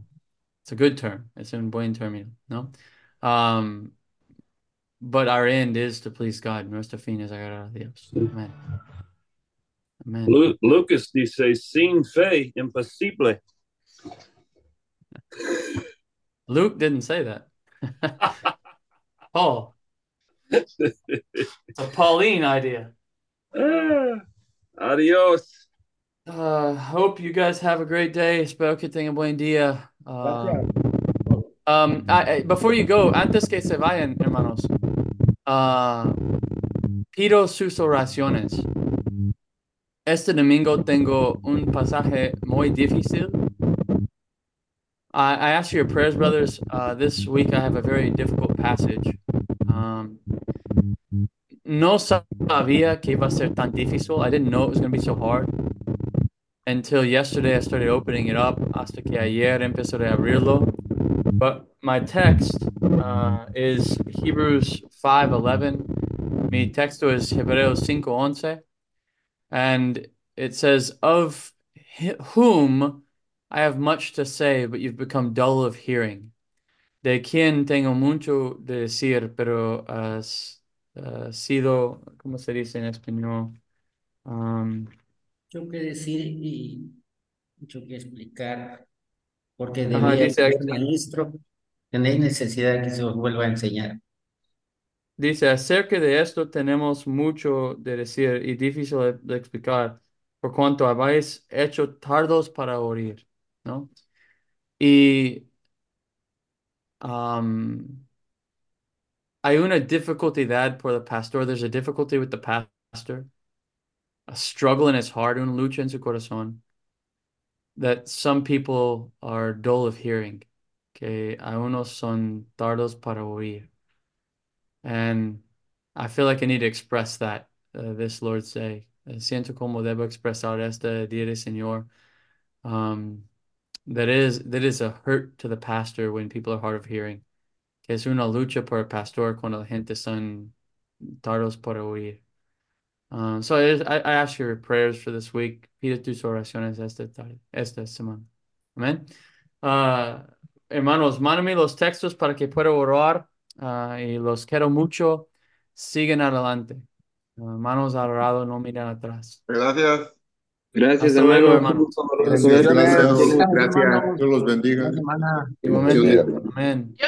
Speaker 1: it's a good term. It's un buen término, no? Um, but our end is to please God. Nuestra fin es agradar a Dios. Amen. Amen.
Speaker 8: Lu- Lucas dice, sin fe, imposible.
Speaker 1: Luke didn't say that. Paul. It's a Pauline idea.
Speaker 8: Ah, Adiós.
Speaker 1: Uh, hope you guys have a great day. Espero que tengan buen día. Um, um, I, I- before you go, antes que se vayan, hermanos, uh, pido sus oraciones. Este domingo tengo un pasaje muy difícil. I, I ask your prayers, brothers. Uh, this week I have a very difficult passage. Um, no sabía que iba a ser tan difícil. I didn't know it was going to be so hard until yesterday. I started opening it up hasta que ayer empecé a abrirlo. But my text uh, is Hebrews 5.11. Mi texto es Hebreos 5.11. And it says, Of hi- whom I have much to say, but you've become dull of hearing. De quien tengo mucho de decir, pero has eh, sido, ¿cómo se dice en español? Um,
Speaker 9: Mucho que decir y mucho que explicar, porque
Speaker 1: ajá,
Speaker 9: debía
Speaker 1: dice,
Speaker 9: ser maestro, tenéis necesidad de que se os vuelva a enseñar.
Speaker 1: Dice, acerca de esto tenemos mucho de decir y difícil de, de explicar, por cuanto habéis hecho tardos para oír, ¿no? Y um, hay una dificultad por el pastor. There's a difficulty with the pastor, a struggle in his heart, una lucha en su corazón, that some people are dull of hearing, que a unos son tardos para oír. And I feel like I need to express that uh, this Lord's Day. Eh, Siento como debo expresar este día del Señor. Um, that is that is a hurt to the pastor when people are hard of hearing. Que es una lucha para el pastor cuando la gente son tardos para oír. Um, so it is, I, I ask your prayers for this week. Pide tus oraciones esta tarde, esta semana. Amén. Uh, hermanos, mándame los textos para que pueda orar. uh, y los quiero mucho. Siguen adelante. Uh, manos al lado, no miren atrás.
Speaker 10: Gracias.
Speaker 5: Gracias,
Speaker 1: Hasta luego,
Speaker 5: hermano.
Speaker 1: hermanos.
Speaker 10: Gracias.
Speaker 5: Bendiciones.
Speaker 10: Gracias. Dios los bendiga.
Speaker 1: Igualmente. Amén.